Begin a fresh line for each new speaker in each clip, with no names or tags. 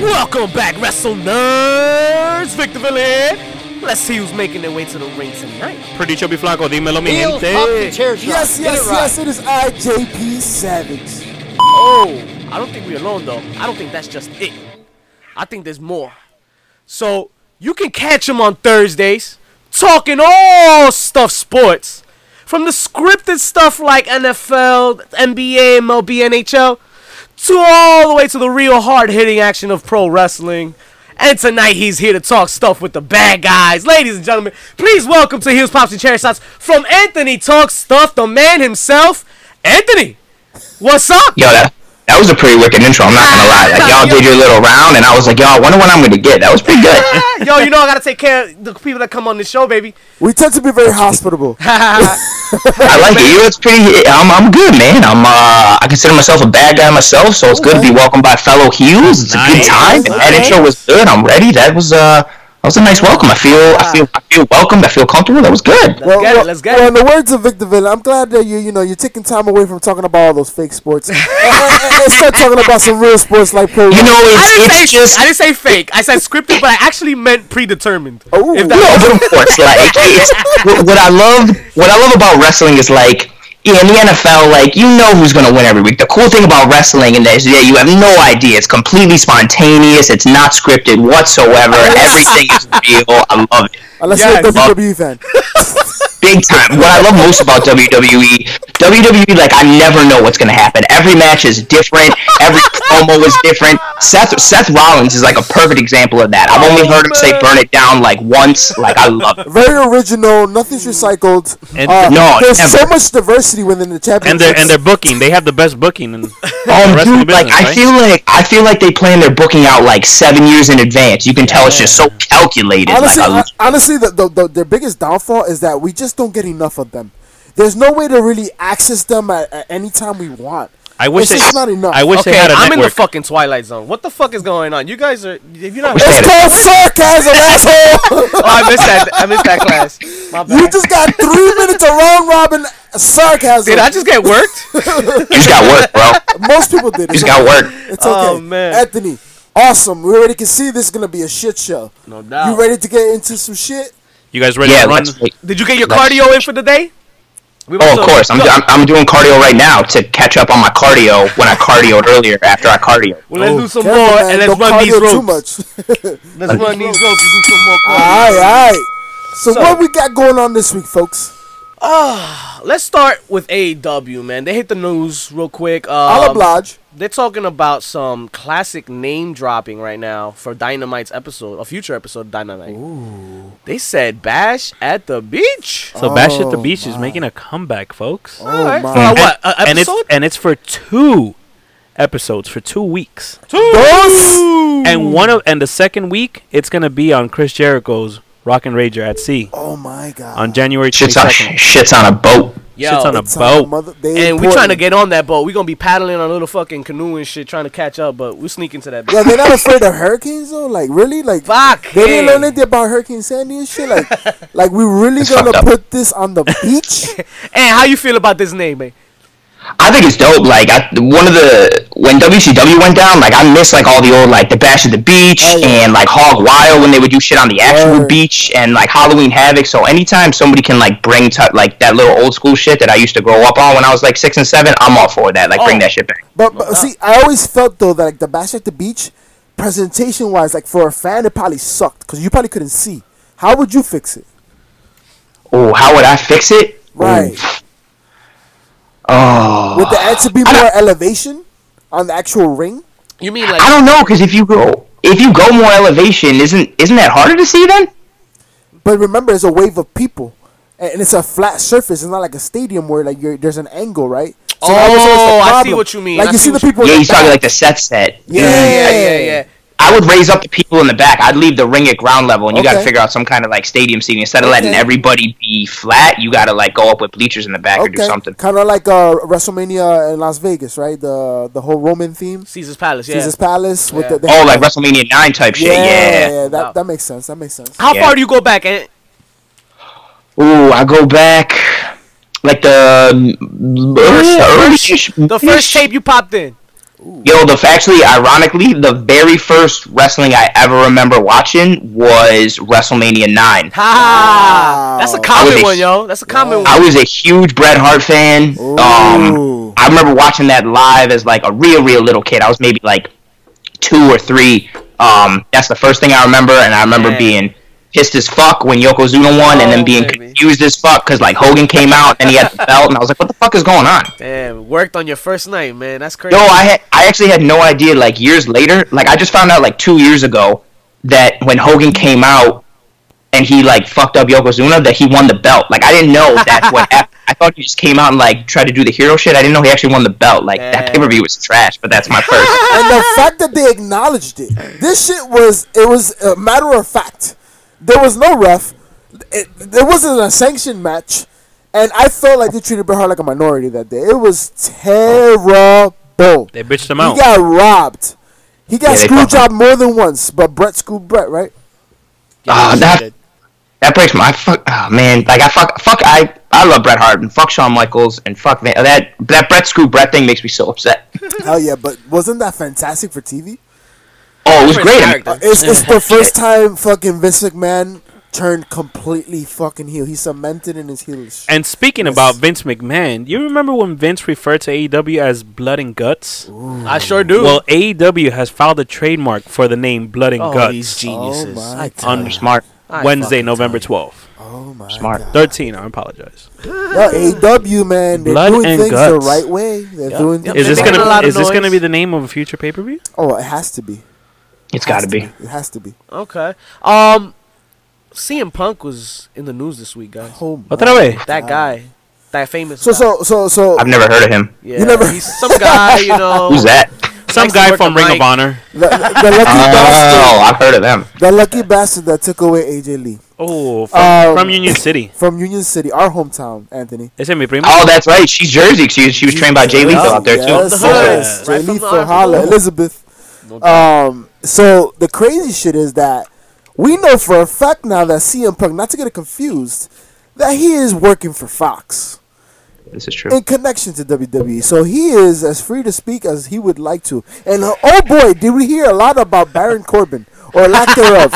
back, wrestle nerds. Victor Villian. Let's see who's making their way to the ring tonight.
Pretty Chubby Flaco, dímelo, mi
Heel pop the
gente.
chair shot.
Yes,
Get
yes,
it right.
yes, it is I, JP Savage.
Oh, I don't think we're alone though. I don't think that's just it. I think there's more. So you can catch him on Thursdays, talking all stuff sports, from the scripted stuff like NFL, NBA, MLB, NHL, to all the way to the real hard-hitting action of pro wrestling. And tonight he's here to talk stuff with the bad guys, ladies and gentlemen. Please welcome to Heels, Pops, and Chair Shots from Anthony Talks Stuff, the man himself, Anthony. What's up?
Yo, that that was a pretty wicked intro. I'm not gonna lie. Like y'all did your little round, and I was like, yo, I wonder what I'm gonna get. That was pretty good.
Yo, you know I gotta take care of the people that come on this show, baby.
We tend to be very hospitable.
I like it. Yo, it's pretty. I'm I'm good, man. I'm uh, I consider myself a bad guy myself, so it's good to be welcomed by fellow Hughes. It's a good
Nice,
time. And that intro was good. I'm ready. That was uh, that was a nice welcome. I feel I feel I feel welcomed. I feel comfortable. That was good.
Let's get it. Let's get
well,
it.
in the words of Victor Villa, I'm glad that you you know you're taking time away from talking about all those fake sports and, and- and start talking about some real sports like pro.
You know,
I didn't
it's,
say
it's just
I didn't say fake. I said scripted, but I actually meant predetermined.
Ooh.
If
No,
that,
but of course, like it's, what what I love, what I love about wrestling is like yeah, in the NFL, like you know who's gonna win every week. The cool thing about wrestling and that is that you have no idea. It's completely spontaneous. It's not scripted whatsoever. Everything is real. I love it.
unless
Yes.
you're a WWE E fan.
Big time. What I love most about E, WWE, WWE, like I never know what's gonna happen. Every match is different. Every promo is different. Seth Seth Rollins is like a perfect example of that. I've only heard him say "burn it down" like once. Like I love it.
Very original. Nothing's recycled.
And-
Uh,
no,
there's
never.
so much diversity within the championship.
And their and their booking, they have the best booking in the
Oh,
rest of the
dude, like
business,
I
right?
feel like I feel like they plan their booking out like seven years in advance. You can tell it's just so calculated.
honestly,
like, I-
I- honestly, the, the, the their biggest downfall is that we just don't get enough of them. There's no way to really access them at, at any time we want.
I wish
it's
they,
just not enough.
I wish they
okay,
had a
I'm in the
network.
fucking twilight zone. What the fuck is going on? You guys are. If you're not.
wish
oh,
they-
it's called sarcasm,
Oh,
asshole.
I missed that. Oh, I missed that class. My
you
bad.
just got three minutes of round robin sarcasm.
Did I just get worked?
you just got work, bro.
Most people did.
You
It's
just got
okay.
work.
It's okay.
Oh, man.
Anthony, awesome. We already can see this is gonna be a shit show.
No doubt.
You ready to get into some shit?
You guys ready
Yeah,
to run?
let's like,
Did you get your
Let's-
cardio in for the day? We
oh,
about
of
to-
course. I'm, I'm I'm doing cardio right now to catch up on my cardio when I cardioed earlier after I cardio.
Well, let's do some
Careful,
more
man.
and let's
don't
run these
cardio
ropes.
too much.
Let's run these ropes and do some more.
All
cardio.
right, all right. So,
So-
what we got going on this week, folks?
Let's start with AEW, man. They hit the news real quick. Um,
I'll oblige.
they're talking about some classic name dropping right now for Dynamite's episode, a future episode of Dynamite. They said Bash at the Beach.
So Bash at the
Oh,
Beach is making a comeback, folks.
Oh
Alright,
my.
for a what?
And- uh,
A
and it's
episode?
and it's for two episodes for two weeks.
Those-
And one of and the second week it's gonna be on Chris Jericho's Rock and Rager at Sea
Oh my god.
on January twenty
Shit's on
second.
shit's on a boat.
Yo,
Shit's on a
It's on
boat.
mother- they
and we're
important.
trying to get on that boat. We're gonna be paddling on a little fucking canoe and shit, trying to catch up. But we're sneaking to that.
Yeah, they're not afraid of hurricanes though. Like really, like
Fuck
they
it.
didn't learn anything about Hurricane Sandy and shit. Like, like we really
It's
gonna
fucked up.
put this on the beach?
and how you feel about this name, man?
I think it's dope. Like I, one of the when WCW went down, like I miss like all the old like the Bash at the Beach
Oh, yeah.
and like Hog Wild when they would do shit on the actual
Word.
beach and like Halloween Havoc. So anytime somebody can like bring to, like that little old school shit that I used to grow up on when I was like six and seven, I'm all for that. Like
Oh.
bring that shit back.
But, but see, I always felt though that like the bash at the beach, presentation wise, like for a fan, it probably sucked because you probably couldn't see. How would you fix it?
Oh, how would I fix it?
Right.
Oh,
Would the answer be more elevation on the actual ring?
You mean like
Oh, I don't know because if you go if you go more elevation, isn't isn't that harder to see then?
But remember, it's a wave of people, and and it's a flat surface. It's not like a stadium where like you're, there's an angle, right? So that was always the
Oh, I see
problem.
what you mean.
Like
I
you
see
see the
what you-
people. in
Yeah,
the
he's talking
back.
like the Seth set.
yeah,
Yeah.
yeah, yeah.
I would raise up the people in the back. I'd leave the ring at ground level, and you got to
Okay.
figure out some kind of like stadium seating. Instead of letting
Okay.
everybody be flat, you got to like go up with bleachers in the back or do something.
Kind of like uh, WrestleMania in Las Vegas, right? The the whole Roman theme,
Caesar's Palace. Yeah.
Jesus Palace with the, the
Oh, like WrestleMania nine type shit. Yeah.
yeah, that,
Wow.
that makes sense. That makes sense.
How
Yeah.
far do you go back? And
Ooh, I go back like the
the first tape you popped in.
Yo, the actually, ironically, the very first wrestling I ever remember watching was WrestleMania nine.
Ha! That's a
Wow.
common
Ouch.
one, yo. That's a common
I
one.
was a huge Bret Hart fan. Um,
Ooh.
I remember watching that live as like a real, real little kid. I was maybe like two or three. Um, that's the first thing I remember, and I remember
Yeah.
being pissed as fuck when Yokozuna won, and
Oh,
then being
baby.
confused as fuck because like Hogan came out and he had the belt, and I was like, "What the fuck is going on?"
Damn, worked on your first night, man. That's crazy.
No, I had I actually had no idea. Like years later, like I just found out like two years ago that when Hogan came out and he like fucked up Yokozuna, that he won the belt. Like I didn't know that's what happened. I thought he just came out and like tried to do the hero shit. I didn't know he actually won the belt. Like
Yeah.
that pay per view was trash, but that's my first.
and the fact that they acknowledged it. This shit was it was a matter of fact. There was no ref. It, there wasn't a sanctioned match, and I felt like they treated Bret Hart like a minority that day. It was terrible.
They bitched him
He
out.
got robbed. He got
Yeah, they
screwed
fucked him.
job more than once, but Brett screwed Brett, right?
Ah,
they
that-
did.
That breaks my I fuck. Oh man, like I fuck fuck I I love Bret Hart and fuck Shawn Michaels and fuck Van, that that Bret Screw Bret thing makes me so upset.
Hell Oh, yeah! But wasn't that fantastic for TV?
Oh, it was
Different
great.
character.
Uh, It's, it's the first time fucking Vince McMahon turned completely fucking heel. He cemented in his heelish.
And speaking
Yes.
about Vince McMahon, you remember when Vince referred to AEW as Blood and Guts?
I sure do.
Well, AEW has filed a trademark for the name Blood and
oh,
Guts.
these geniuses.
Oh, my
I
God.
tell
on
you.
smart
I
Wednesday,
fucking
November 12th.
oh my
Smart.
God.
13, I apologize.
Yo, AEW man, they're
Blood
doing
and
things the
guts.
right way. They're
Yep,
doing
yep.
things
Is this
the
making
gonna
a
right
lot
be,
of
is this gonna
noise.
be the name of a future pay per view?
Oh, it has to be. Has
It's gotta
to
be.
It has to be.
Okay. Um, CM Punk was in the news this week, guys.
Oh my
Otra vez.
That guy, that famous.
So
guy.
so so so
I've never heard of him.
yeah,
you never-
he's some guy, you know.
Who's that?
Some
Likes to
guy
work
from
a
Ring
mic.
of Honor.
the, the the lucky
Oh,
bastard,
I've heard of them.
the lucky bastard that took away AJ Lee
Oh, from,
Um,
from Union City.
from Union City, our hometown, Anthony.
Ese mi primo.
Oh, that's right. She's Jersey. She, she was trained by Jay Lethal out there, too.
Yes,
From the hood.
yes.
Right
Jay
from the
Lethal,
hood.
holla, Elizabeth.
No
Um, so the crazy shit is that we know for a fact now that CM Punk, not to get it confused, that he is working for Fox.
This is true.
in connection to WWE. So he is as free to speak as he would like to. And uh, oh boy, did we hear a lot about Baron Corbin or lack thereof.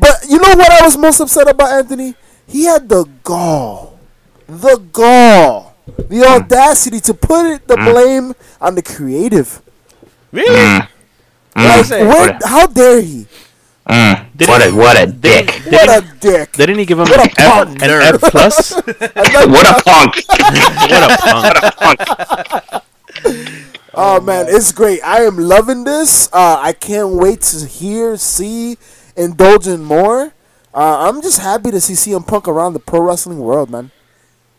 but you know what I was most upset about, Anthony? He had the gall, the gall, the audacity to put it, the blame on the creative.
Really?
Hmm.
Like,
Mm.
where- how dare he?
Mm. What a what a dick.
What a dick!
Didn't he give him
What
an
a
F,
punk.
an F plus? Uh, what
What a punk.
a punk!
Oh man, it's great. I am loving this. Uh, I can't wait to hear, see, indulge in more. Uh, I'm just happy to see CM Punk around the pro wrestling world, man.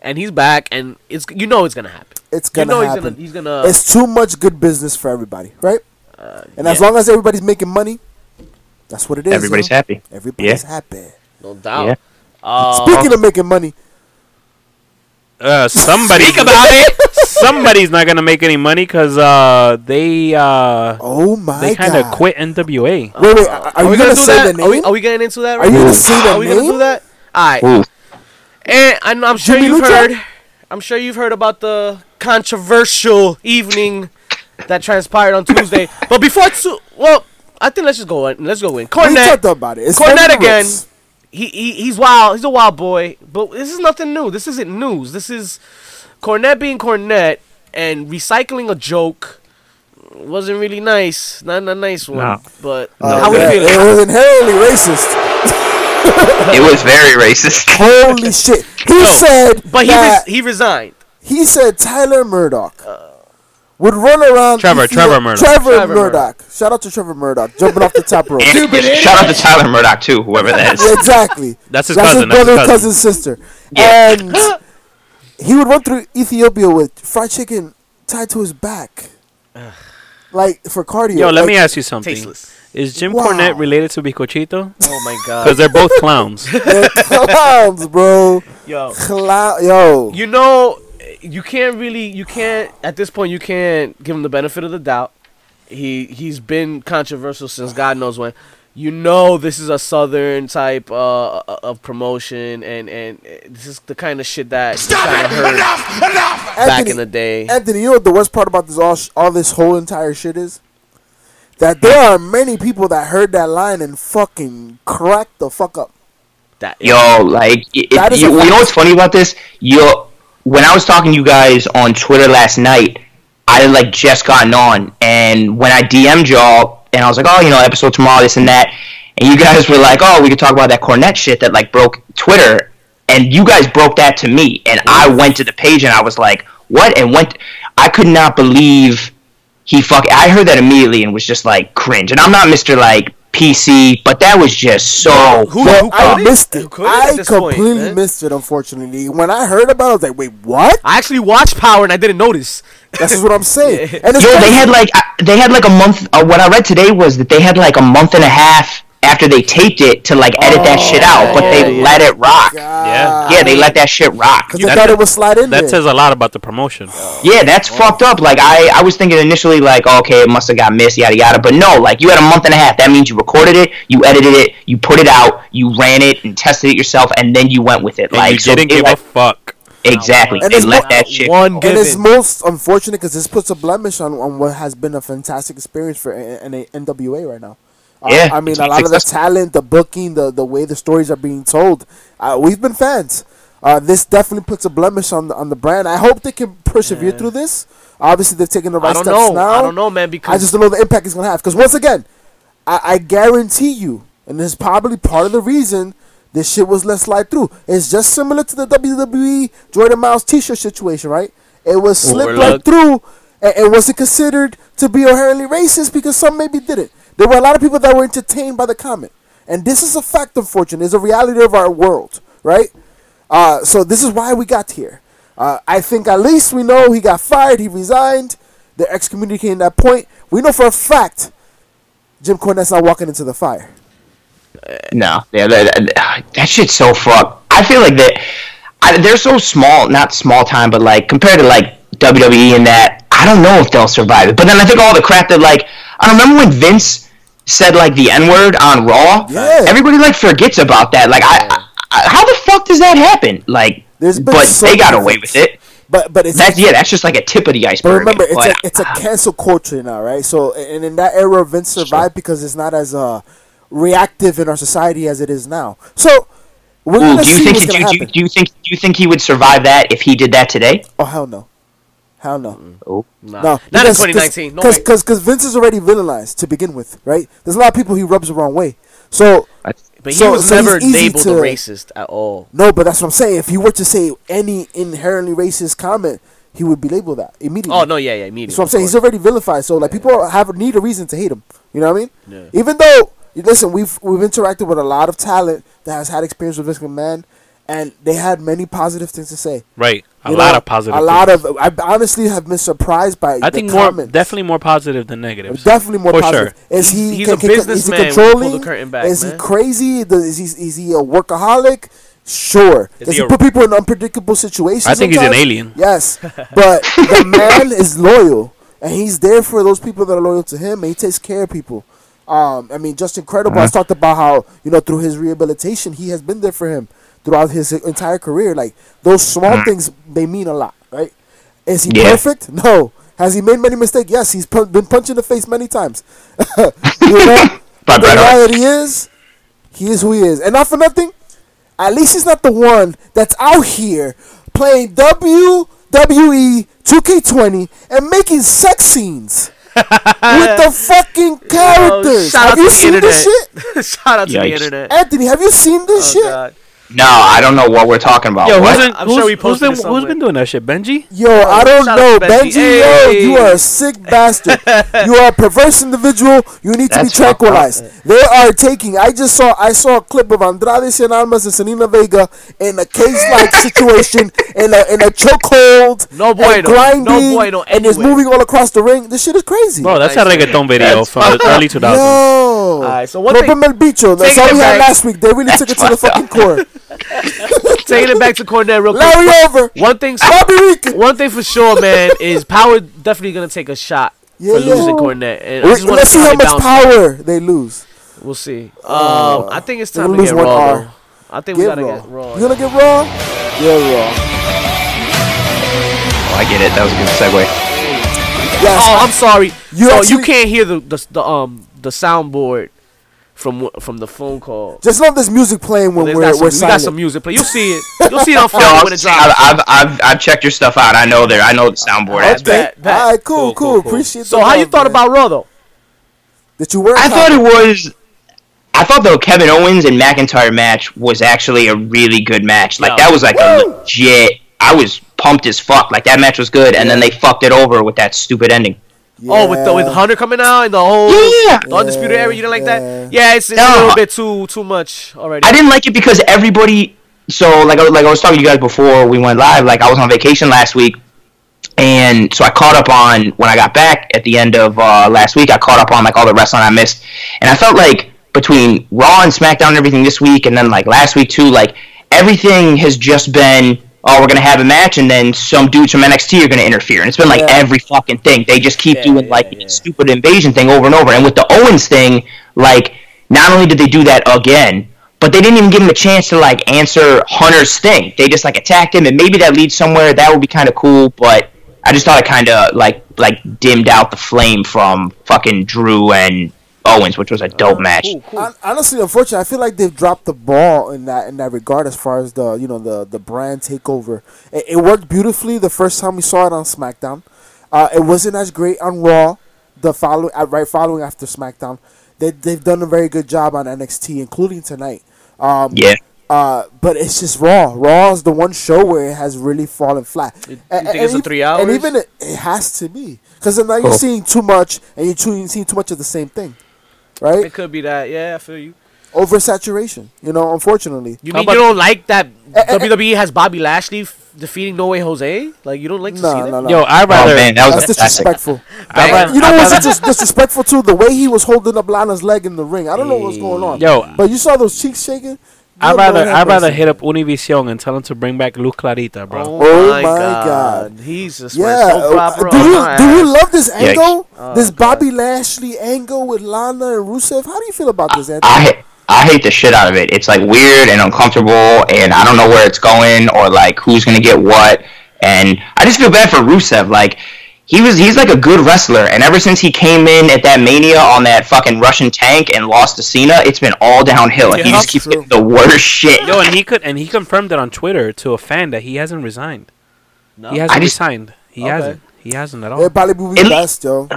And he's back, and it's you know it's gonna happen.
It's gonna
you know
happen.
he's gonna uh, he's gonna.
it's too much good business for everybody, right? and as
yeah.
long as everybody's making money, that's what it is.
Everybody's
you know?
happy.
Everybody's happy.
no doubt.
Yeah.
Uh,
Speaking of making money,
Uh, somebody
Speak about it.
somebody's not gonna make any money because uh, they uh,
oh my
they kind of
god!
quit NWA.
Wait, wait. Are, are
Uh, Are
you
we
gonna,
gonna, do
say
that?
the name?
Are we, are we getting into that?
Are you gonna
now?
say the
Are we gonna
name?
do that? All right.
Ooh.
And I'm, I'm sure
Jimmy
you've
Neutron?
heard. I'm sure you've heard about the controversial evening that transpired on Tuesday. but before two, well, I think let's just go in. Let's go in.
We
Cornette,
talked about it. It's
Cornette
Freddie
again.
Brooks.
He, he he's wild. He's a wild boy. But this is nothing new. This isn't news. This is Cornette being Cornette and recycling a joke. Wasn't really nice. Not a nice one.
No.
But
Oh,
how we
yeah,
feel?
It was inherently racist.
It was very racist.
Holy shit! He
No,
said,
But he
that-
res- he resigned.
He said Tyler Murdoch would run around.
Trevor-
if he-
Trevor Murdoch.
Trevor,
Trevor
Murdoch. Shout out to Trevor Murdoch jumping off the top rope.
And shout out to Tyler Murdoch, too, whoever that is.
exactly.
That's his cousin, that's his
brother,
cousin.
cousin, sister.
Yeah.
And he would run through Ethiopia with fried chicken tied to his back, like for cardio.
Yo, let
like,
me ask you something.
Tasteless.
Is Jim
Wow. Uh,
Cornette related to Bicochito?
Oh my
Because
god.
they're both clowns.
they're Clowns, bro.
Yo.
Clown, yo.
You know, you can't really you can't at this point you can't give him the benefit of the doubt. He he's been controversial since God knows when. you know this is a southern type uh, o- of promotion, and and uh, this is the kind of shit that kind of heard back in the day.
Anthony, you know what the worst part about this all sh- all this whole entire shit is? That there are many people that heard that line and fucking cracked the fuck up.
That
Yo, like, it,
That
it,
is
you,
a
you know
fact.
what's funny about this? Yo, when I was talking to you guys on Twitter last night, I had, like just gotten on, and when I DM'd y'all, and I was like, oh, you know, episode tomorrow, this and that, and you guys were like, oh, we could talk about that Cornet shit that like broke Twitter, and you guys broke that to me, and I went to the page and I was like, what? And went, I could not believe he fuck. I heard that immediately and was just like cringe, and I'm not Mister like PC, but that was just so.
who,
Well,
who
I
caught it?
missed
Who
it.
caught it at
I
this point,
completely
man?
missed it, unfortunately. When I heard about it, I was like, wait, what?
I actually watched Power and I didn't notice.
That's just what I'm saying. And it's
Yo, they
crazy.
had like I- they had like a month. Uh, what I read today was that they had like a month and a half after they taped it to like edit that shit out, but they
yeah,
let it rock.
Yeah.
Yeah, they let that shit rock.
"Ah." 'Cause they
That-
thought it would slide in
That
there.
says a lot about the promotion.
Uh,
Yeah, that's fucked up. Like I, I was thinking initially like, oh, okay, it must have got missed, yada yada. But no, like you had a month and a half. That means you recorded it, you edited it, you put it out, you ran it and tested it yourself, and then you went with it.
And
like
you
so
didn't
it,
give
like-
a fuck.
exactly.
And
They
it's
let
not
that shit.
One
and it's
given.
most unfortunate because this puts a blemish on, on what has been a fantastic experience for N- N- NWA right now. Uh,
Yeah,
I mean,
it's
a lot of the
successful.
talent, the booking, the the way the stories are being told. Uh, we've been fans. Uh, this definitely puts a blemish on the, on the brand. I hope they can persevere through this. Obviously, they're taking the right
I don't
steps
know.
now.
I don't know, man. Because
I just don't know the impact it's gonna have. Because once again, I, I guarantee you, and this is probably part of the reason this shit was let slide through. It's just similar to the WWE Jordan Miles T-shirt situation, right? It was slipped right
Overlooked.
through, and it wasn't considered to be inherently racist because some maybe didn't. There were a lot of people that were entertained by the comment, and this is a fact. Unfortunately, it's a reality of our world, right? Uh, so this is why we got here. Uh, I think at least we know he got fired, he resigned, they're excommunicating that point. We know for a fact Jim Cornette's not walking into the fire.
No, yeah, that, that, that shit's so fucked. I feel like that I, they're so small, not small time, but like compared to like WWE and that, I don't know if they'll survive it. But then I think all the crap that like I remember when Vince said like the N word on Raw.
Yeah.
Everybody like forgets about that. Like I, I, I, how the fuck does that happen? Like,
There's been
but
so
they got
many
away
things.
with it.
But but it's
That's yeah, that's just like a tip of the
but
iceberg.
remember it's a,
But,
it's a cancel culture now, right? So and in that era Vince survived because it's not as uh, reactive in our society as it is now. So we're
Ooh,
gonna
do you
see
think
what's
he- do
gonna
you, do you-
happen.
do you think do you think he would survive that if he did that today?
Oh hell no, hell no.
Oh.
nah.
No,
not in 2019. No
Because
way.
because Vince is already villainized to begin with, right? There's a lot of people he rubs the wrong way. So
But he
so-
was
so he's
never
easy
labeled
to-
a racist at all.
no, but that's what I'm saying. If he were to say any inherently racist comment, he would be labeled that immediately.
Oh no, yeah, yeah, immediately.
That's what I'm saying.
of
He's already vilified. So like people have need a reason to hate him. You know what I mean?
Yeah.
Even though listen, we've we've interacted with a lot of talent that has had experience with this man, and they had many positive things to say.
Right. A
You
lot
know,
of positive.
A lot
things.
of I honestly have been surprised by.
I
the
think more
comments.
definitely more positive than negatives.
Definitely more
For
positive. Is
He's-
he
he's a
can- can- is he
businessman when you pull the
controlling?
curtain back,
is he
man.
crazy? Does- Is he, is he a workaholic? Sure.
Is
Does
he
he
a-
put people in unpredictable situations?
I think he's an
sometimes?
alien.
Yes, but the man is loyal, and he's there for those people that are loyal to him, and he takes care of people. Um, I mean, just incredible.
Uh-huh.
I talked about how you know through his rehabilitation, he has been there for him throughout his entire career. Like those small things, they mean a lot, right? Is he
Uh-huh. Yeah.
perfect? No. Has he made many mistakes? Yes, he's pu- been punched in the face many times. you know,
But
the
right on.
reality is, he is who he is, and not for nothing. At least he's not the one that's out here playing E WWE 2K20 and making sex scenes with the fucking characters.
Oh, shout out
have you
to the
seen this shit,
internet. shout out to the
Yikes.
internet.
Anthony? Have you seen this
Oh,
shit?
God.
No, I don't know what we're talking about.
Yo,
what?
who's, in,
I'm
who's,
sure we
who's,
posted
been,
it
who's
somewhere.
been doing that shit? Benji?
Yo, I don't
shout
know,
out to
Benji.
Benji. Hey.
Yo, you are a sick bastard. you are a perverse individual. You need
That's
to be
eh.
tranquilized. They are taking. I just saw. I saw a clip of Andrade Cien Almas and Selena Vega in a case-like situation, in a in a chokehold.
No
and
bueno. No
grinding,
bueno
and it's
anywhere.
moving all across the ring. This shit is crazy.
Bro, that's
Nice.
a reggaeton video
That's
from the
fucked up.
early 2000s.
Yo.
Alright, so one
Rompe
thing-
el bicho. That's
Taking
all
it
we had
back.
last week. They really took it to the
fucked
fucking core.
Taking it back to Cornette real quick.
Larry over.
One thing,
Bobby Rica.
one thing for sure, man, is Power definitely gonna take a shot
Yeah,
for
yeah.
losing Cornette. And I just wanna
Let's see
how
how
they
much
bounce.
power they lose.
We'll see. Um, I think it's
Oh,
time
we're
to
gonna
get
lose one
raw.
R.
though. I think we
Get
gotta
raw.
get raw.
You gonna get raw? Yeah, raw.
Oh, I get it. That was a good segue.
Yes.
Oh, I'm sorry.
You
so you
actually-
can't hear the, the the um the soundboard from wh- from the phone call.
Just love this music playing when
There's
we're,
not some-
we're
we got
silent.
some music play. You'll see it. You'll see it on
No,
Friday
I'm
when it
just saying,
drops.
I've, I've, I've, I've checked your stuff out. I know there. I know the soundboard.
Okay.
has been-
That- that-
All right, cool,
Cool,
cool.
cool, cool.
Appreciate
So
the
how you
love,
thought
man.
about Raw though?
that? You were.
I thought it was. I thought the Kevin Owens and McIntyre match was actually a really good match. Like
Yeah.
that was like a
Woo!
legit. I was pumped as fuck. Like that match was good, and then they fucked it over with that stupid ending.
Oh, with the with
Yeah.
Hunter coming out and the whole
Yeah.
the undisputed
Yeah,
era, you didn't like that?
yeah.
Yeah, it's, it's a
No.
little bit too too much already.
I didn't like it because everybody. So like I, like I was talking to you guys before we went live. Like I was on vacation last week, and so I caught up on when I got back at the end of uh, last week. I caught up on like all the wrestling I missed, and I felt like between Raw and SmackDown and everything this week, and then like last week too, like everything has just been. Oh, we're gonna have a match, and then some dudes from NXT are gonna interfere, and it's been like
Yeah.
every fucking thing. They just keep
Yeah,
doing
yeah,
like
yeah.
stupid invasion thing over and over. And with the Owens thing, like not only did they do that again, but they didn't even give him a chance to like answer Hunter's thing. They just like attacked him, and maybe that leads somewhere. That would be kind of cool, but I just thought it kind of like like dimmed out the flame from fucking Drew and Owens, which was a dope
Uh,
match.
Cool, cool.
Hon- Honestly, unfortunately, I feel like they've dropped the ball in that in that regard as far as the you know the the brand takeover. It, it worked beautifully the first time we saw it on SmackDown. Uh, it wasn't as great on Raw. The follow uh, right following after SmackDown, they they've done a very good job on NXT, including tonight. Um,
Yeah,
Uh, but it's just Raw. Raw is the one show where it has really fallen flat.
You- you
A-
think it's a
ev-
three
And
hours?
even it, it has to be because now you're
Cool.
seeing too much, and you're, too, you're seeing too much of the same thing, right?
It could be that. Yeah, I feel you.
oversaturation. You know, unfortunately.
You
How
mean
about-
you don't like that
eh, eh.
WWE has Bobby Lashley f- defeating No Way Jose? Like you don't like to
No,
see
no,
that?
no.
Yo, I'd
oh
rather.
man, that was
that's
a classic.
disrespectful.
I'd rather-
You know
I'd
what's
rather-
dis- disrespectful too? The way he was holding up Lana's leg in the ring. I don't know what's going on.
Yo.
but you saw those cheeks shaking.
I'd
Good
rather
Lord have
I'd rather
mercy.
hit up Univision and tell them to bring back Luke Clarita, bro.
Oh,
Oh
my
my
god. He's just
Yeah,
yeah, so
uh,
proper.
do
on
you
my
do
ass.
you love this
Yikes.
angle?
Oh,
this
God.
Bobby Lashley angle with Lana and Rusev. How do you feel about this, Anthony?
I ha- I hate the shit out of it. It's like weird and uncomfortable, and I don't know where it's going or like who's gonna get what. And I just feel bad for Rusev. Like he was, he's like a good wrestler, and ever since he came in at that Mania on that fucking Russian tank and lost to Cena, it's been all downhill. and he
Yeah,
just keeps
true.
getting the worst shit.
Yo, and he could and he confirmed it on Twitter to a fan that he hasn't resigned.
No.
He hasn't
I just-
resigned. He
Okay.
hasn't. He hasn't at all.
It'd probably be
At
best, yo.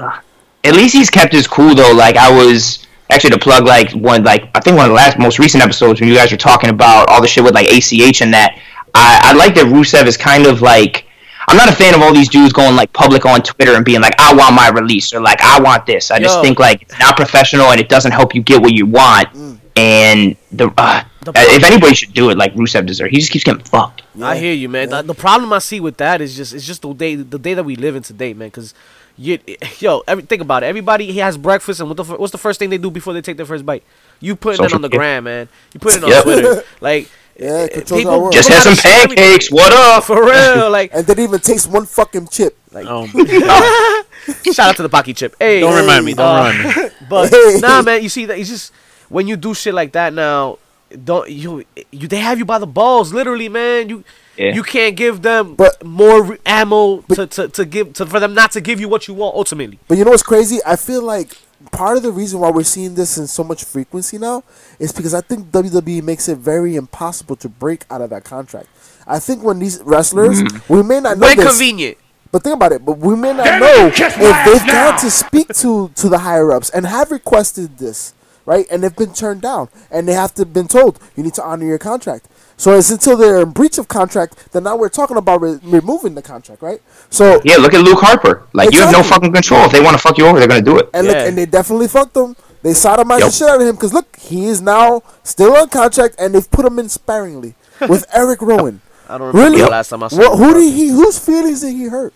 at least he's kept his cool though. Like I was actually to plug like one like I think one of the last most recent episodes when you guys were talking about all the shit with like ACH and that. I, I like that Rusev is kind of like I'm not a fan of all these dudes going like public on Twitter and being like I want my release or like I want this. I just
Yo.
think like it's not professional and it doesn't help you get what you want. And the, uh,
The-
if anybody should do it, like Rusev deserves. He just keeps getting fucked.
I hear you, man. The, the problem I see with that is just it's just the day the day that we live in today, man. Because you, yo, every, think about it. Everybody he has breakfast, and what the fir- what's the first thing they do before they take their first bite? You putting it
Social
on the
media.
gram, man. You putting it on
Yep.
Twitter, like
Yeah,
eh,
it controls our world.
Just had
gotta
some
share everything.
pancakes. What up?
for real. Like,
And they didn't even taste one fucking chip.
Um,
shout out to the Pocky Chip. Hey,
don't remind me. Don't
uh,
remind me.
But
Hey.
nah, man, you see that it's just when you do shit like that now, don't you? You they have you by the balls, literally, man. You
Yeah.
you can't give them
But-
more re- ammo to, to, to give to for them not to give you what you want ultimately.
But you know what's crazy? I feel like part of the reason why we're seeing this in so much frequency now is because I think WWE makes it very impossible to break out of that contract. I think when these wrestlers, we may not know
When
this,
convenient.
but think about it. But we may not know if they've gone to speak to to the higher ups and have requested this, right? And they've been turned down, and they have to been told you need to honor your contract. So it's until they're in breach of contract that now we're talking about re- removing the contract, right? So
Yeah, look at Luke Harper. Like you have no
Exactly.
fucking control. If they want to fuck you over, they're gonna do it.
And
Yeah.
look, and they definitely fucked him. They sodomized the
Yep.
shit out of him because look, he is now still on contract, and they've put him in sparingly with Eric Rowan.
I don't remember the last time I saw
Wha- who
him.
did he? Whose feelings did he hurt?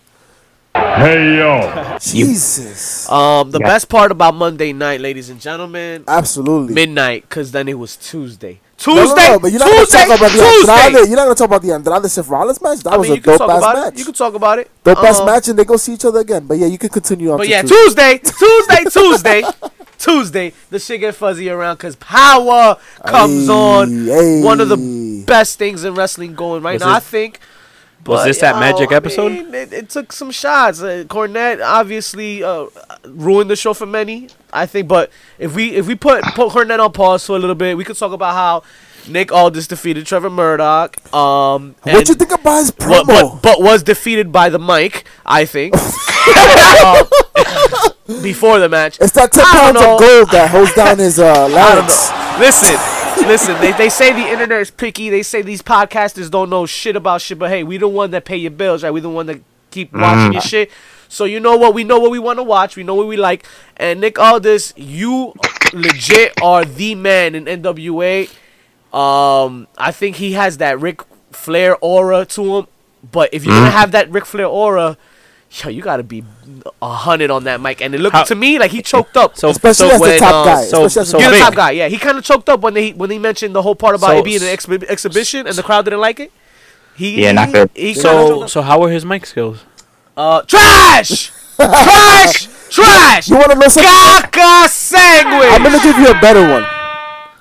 Hey yo.
Jesus,
Um, the
Yeah.
best part about Monday night, ladies and gentlemen,
absolutely.
midnight, cause then it was Tuesday.
No,
Tuesday,
no, no, but you're not
Tuesday,
gonna talk about the
Tuesday.
Andrade. You're not gonna talk about the Andrade Seth Rollins match. That
I
was
mean,
a
you can
dope
talk
ass
about
match.
it. You can talk about it.
dope ass
Um,
match, and they go see each other again. But yeah, you can continue on.
But
to
yeah,
Tuesday.
Tuesday, Tuesday, Tuesday. Tuesday, the shit get fuzzy around because power comes
Aye,
on.
aye.
One of the best things in wrestling going right
Was
now, I
this-
think.
was
But,
this that
you
Magic
I
episode?
mean, it, it took some shots. Uh, Cornette obviously uh, ruined the show for many, I think. But if we if we put, put Cornette on pause for a little bit, we could talk about how Nick Aldis defeated Trevor Murdoch. Um,
What
and-
you think about his
but,
promo?
but, but was defeated by the mic, I think. Um, before the match.
it's that ten
I don't
pounds of
know.
gold that holds down his uh, larynx.
Listen, listen, they, they say the internet is picky. They say these podcasters don't know shit about shit, but hey, we the one that pay your bills, right? We the one that keep
Mm-hmm.
watching your shit. So you know what? We know what we want to watch. We know what we like. And Nick Aldis, you legit are the man in NWA. Um, I think he has that Ric Flair aura to him. But if you're
Mm-hmm.
gonna have that Ric Flair aura, yo, you gotta be a hundred on that mic. And it looked
How-
to me like he choked up.
So,
Especially
so
as the
when,
top
uh,
guy.
so-
especially as
so
the
You're
top
the
Vic-
top guy. Yeah, he kind of choked up when they when he mentioned the whole part about
So-
it being an exhi- exhibition and the crowd didn't like it. He
Yeah, not good.
He, he
so,
so
so how were his mic skills?
uh, trash, trash, trash.
You wanna know something?
Caca sandwich.
I'm gonna give you a better one.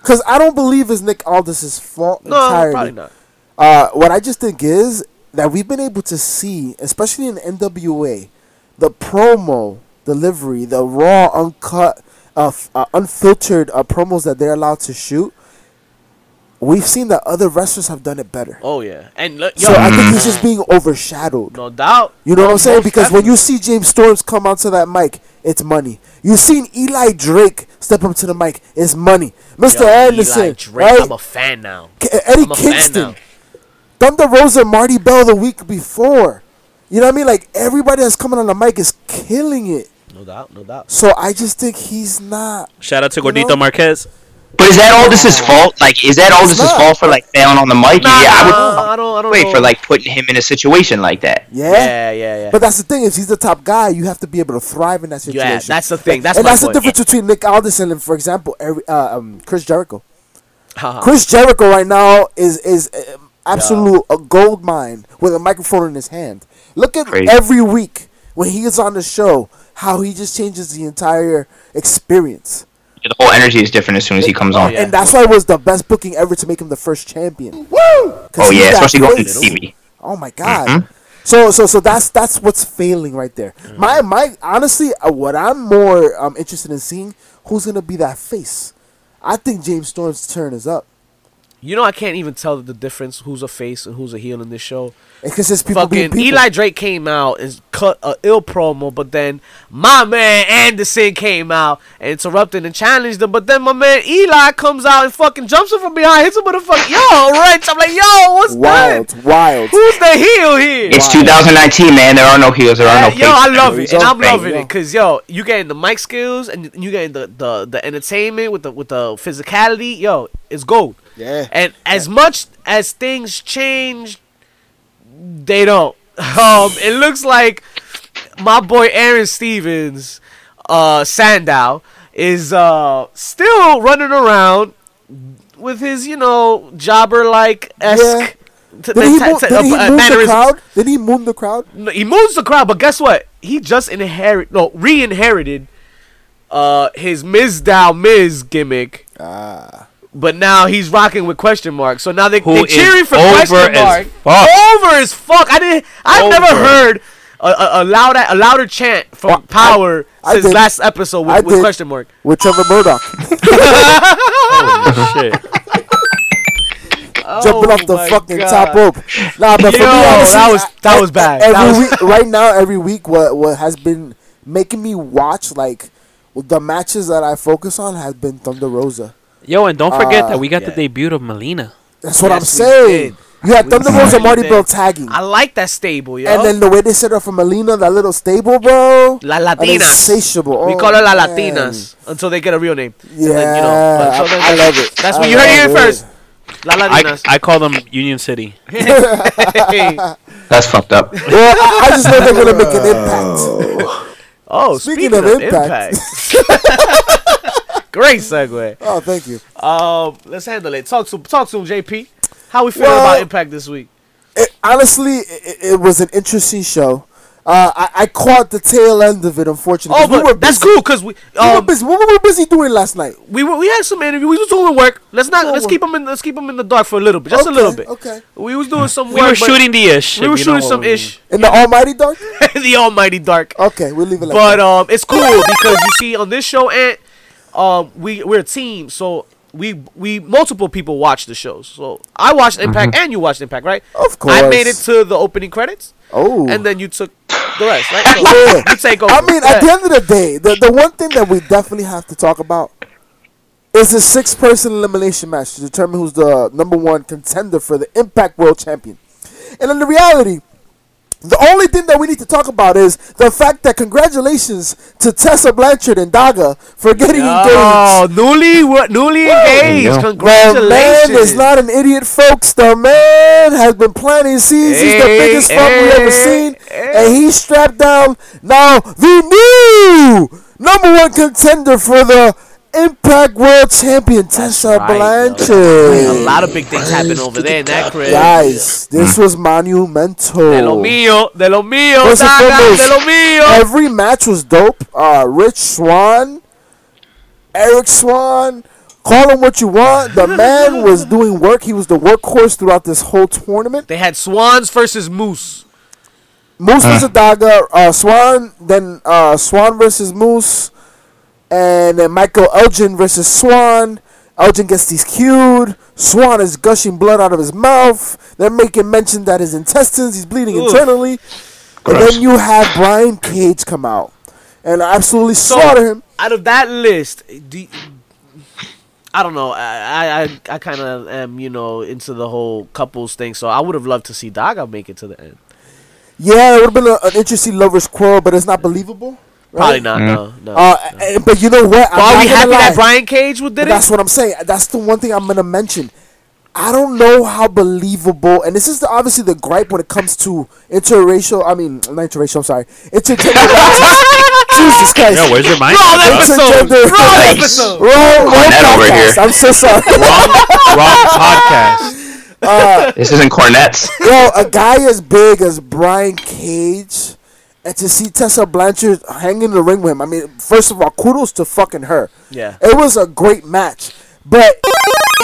Cause I don't believe it's Nick Aldis's fault
no,
entirely.
probably not.
Uh, what I just think is that we've been able to see, especially in NWA, the promo delivery, the raw, uncut, uh, f- uh, unfiltered uh, promos that they're allowed to shoot. We've seen that other wrestlers have done it better.
Oh yeah, and look, yo, mm-hmm.
So I
Mm-hmm.
think he's just being overshadowed.
no doubt.
You know what I'm saying?
Most
Because when you see James Storms come onto that mic, it's money. You've seen Eli Drake step up to the mic, it's money. Mr.
Yo,
Anderson,
Eli Drake,
right?
I'm a fan now.
K- Eddie
I'm a fan
Kingston,
now.
Thunder Rosa, Marty Bell the week before. You know what I mean? Like everybody that's coming on the mic is killing it.
No doubt, no doubt.
So I just think he's not.
Shout out to
You know-
Gordito Marquez.
But is that all this is fault? Like, is that all this is
not.
fault for like failing on the mic?
Nah,
yeah, I would
I don't, I don't
wait
know.
for like putting him in a situation like that.
Yeah.
Yeah, yeah, yeah.
But that's the thing. If he's the top guy, you have to be able to thrive in that situation.
Yeah, that's the thing. That's
and
my
that's
point.
the difference between Nick Aldis and, for example, every, uh, um, Chris Jericho.
Uh-huh. Haha.
Chris Jericho right now is is um, absolute a gold mine with a microphone in his hand. Look at
Crazy.
every week when he is on the show, how he just changes the entire experience.
The whole energy is different as soon as he comes on.
Oh, yeah.
And that's why it was the best booking ever to make him the first champion. Woo!
Oh yeah, especially going to TV.
Oh my god.
Mm-hmm.
So so so that's that's what's failing right there. My my honestly, uh, what I'm more um, interested in seeing who's gonna be that face. I think James Storm's turn is up
You know, I can't even tell the difference who's a face and who's a heel in this show.
because it's people being
fucking
people.
Eli Drake came out and cut a ill promo, but then my man Anderson came out and interrupted and challenged him. But then my man Eli comes out and fucking jumps him from behind, hits him with a fucking yo wrench. I'm like, yo, what's that?
wild, wild.
Who's the heel here?
It's
Wow.
2019, man. There are no heels. There are no.
yo, I love it,
It's
and
all
I'm
great.
loving
Yeah.
it, cause yo, you getting the mic skills and you getting the, the the entertainment with the with the physicality, yo, it's gold.
Yeah.
And as much as things change, they don't. Um, it looks like my boy Aaron Stevens, uh, Sandow is uh still running around with his you know jobber like esque. t-
Did he,
t-
mo-
t-
did he
uh,
move the
mannerisms.
crowd? Did he move the crowd?
No, he moves the crowd, but guess what? He just inherit no re-inherited uh his Ms. Dow Miz gimmick. Ah. But now he's rocking with question mark. So now they
Who
they're
is
cheering for
over
question
as
mark.
fuck.
Over as fuck. I didn't. I've never
Over.
heard a, a, a loud a louder chant from Power
I
since
did.
last episode
I
with, with
did.
question mark.
With Trevor Murdoch
Shit.
jumping off the
Oh my
fucking
God.
top rope. Nah, but for
Yo,
me, honestly,
that was- that
I-
was bad.
Every
That was-
week, right now, every week, what what has been making me watch like the matches that I focus on has been Thunder Rosa.
Yo, and don't forget that we got
yeah.
the debut of Melina.
That's what
Yes, we
I'm saying.
did.
You had Thunder Rosa,
really
Marty
did.
Bell tagging,
I like that stable, yo.
and then the way they set up for Melina, that little stable, bro.
La
An
Latinas.
insatiable.
We
Oh,
call her La
man.
Latinas until they get a real name. And
Yeah,
then, you know, but- so then-
I, I love it.
That's
I
what you heard here
love it.
first. La
I,
Latinas.
I call them Union City.
That's fucked up.
Well, I, I just know they're gonna make an impact.
oh, speaking, of, impact. Great segue.
Oh, thank you.
Um, let's handle it. Talk to talk to him, JP. How we feeling
Well-
about Impact this week?
It, honestly, it, it was an interesting show. Uh, I, I caught the tail end of it, unfortunately.
Oh,
'cause we
but
were
that's
busy.
cool because we
We were
um,
busy. What were we busy doing last night?
we were, we had some interviews. We was doing work. Let's not
Doing
let's
work.
keep them in let's keep 'em in the dark for a little bit, just a
Okay,
little bit.
okay.
We was doing some
We
work.
were
but
shooting the ish.
We
if
were
you know
shooting
what
some
I mean.
ish.
In the almighty dark?
the almighty dark.
Okay, we'll leave it like
But
that.
um, it's cool because you see on this show, and um, we we're a team, so we we multiple people watch the shows. So I watched Impact, and you watched Impact, right?
Mm-hmm. Of
I made it
course.
to the opening credits,
oh.
and then you took the rest, right? So
Yeah.
you take over.
I mean, at the
Yeah.
end of the day, the, the one thing that we definitely have to talk about is a six person elimination match to determine who's the number one contender for the Impact World Champion. And in the reality, the only thing that we need to talk about is the fact that congratulations to Tessa Blanchard and Daga for getting engaged.
Oh, newly what? Newly
you
engaged.
go.
The man
Congratulations.
is not an idiot, folks. The man has been planning seeds. He's the
Hey,
biggest fuck we ever
hey,
seen.
hey.
And he strapped down now the new number one contender for the Impact World Champion, Tessa
right, yo.
Blanchard.
a lot of big things happen over there in that crib.
Guys, this was monumental.
De lo mío, de lo mío,
First and
Daga,
foremost,
de lo mío.
Every match was dope. Uh, Rich Swan, Eric Swan, call him what you want. The man was doing work. He was the workhorse throughout this whole tournament.
They had Swans versus Moose.
Moose versus Daga, uh, Swan, then uh, Swan versus Moose, and then Michael Elgin versus Swan. Elgin gets DQ'd. Swan is gushing blood out of his mouth. They're making mention that his intestines, he's bleeding
Oof.
internally. And
Gross.
then you have Brian Cage come out and absolutely slaughter him.
out of that list, do you- I don't know. I I, I kind of am you know into the whole couples thing, so I would have loved to see Daga make it to the end.
Yeah, it would have been a, an interesting lovers quarrel, but it's not believable.
Probably
right?
not. No, no.
Uh, and- but you know what?
but are
not
we
gonna
happy
lie.
that Brian Cage would
But
did
That's
it?
what I'm saying. That's the one thing I'm gonna mention. I don't know how believable, and this is the, obviously the gripe when it comes to interracial. I mean, not interracial. I'm sorry, intergender. matches. Jesus Christ!
Yeah, where's your mind?
Wrong episode.
Intergender-
Wrong
Thanks.
episode.
Wrong- wrong
Cornette over
podcast.
here.
I'm so sorry. Uh,
wrong, wrong podcast.
This isn't cornets.
Yo, a guy as big as Brian Cage, and to see Tessa Blanchard hang in the ring with him. I mean, first of all, kudos to fucking her.
Yeah.
It was a great match, but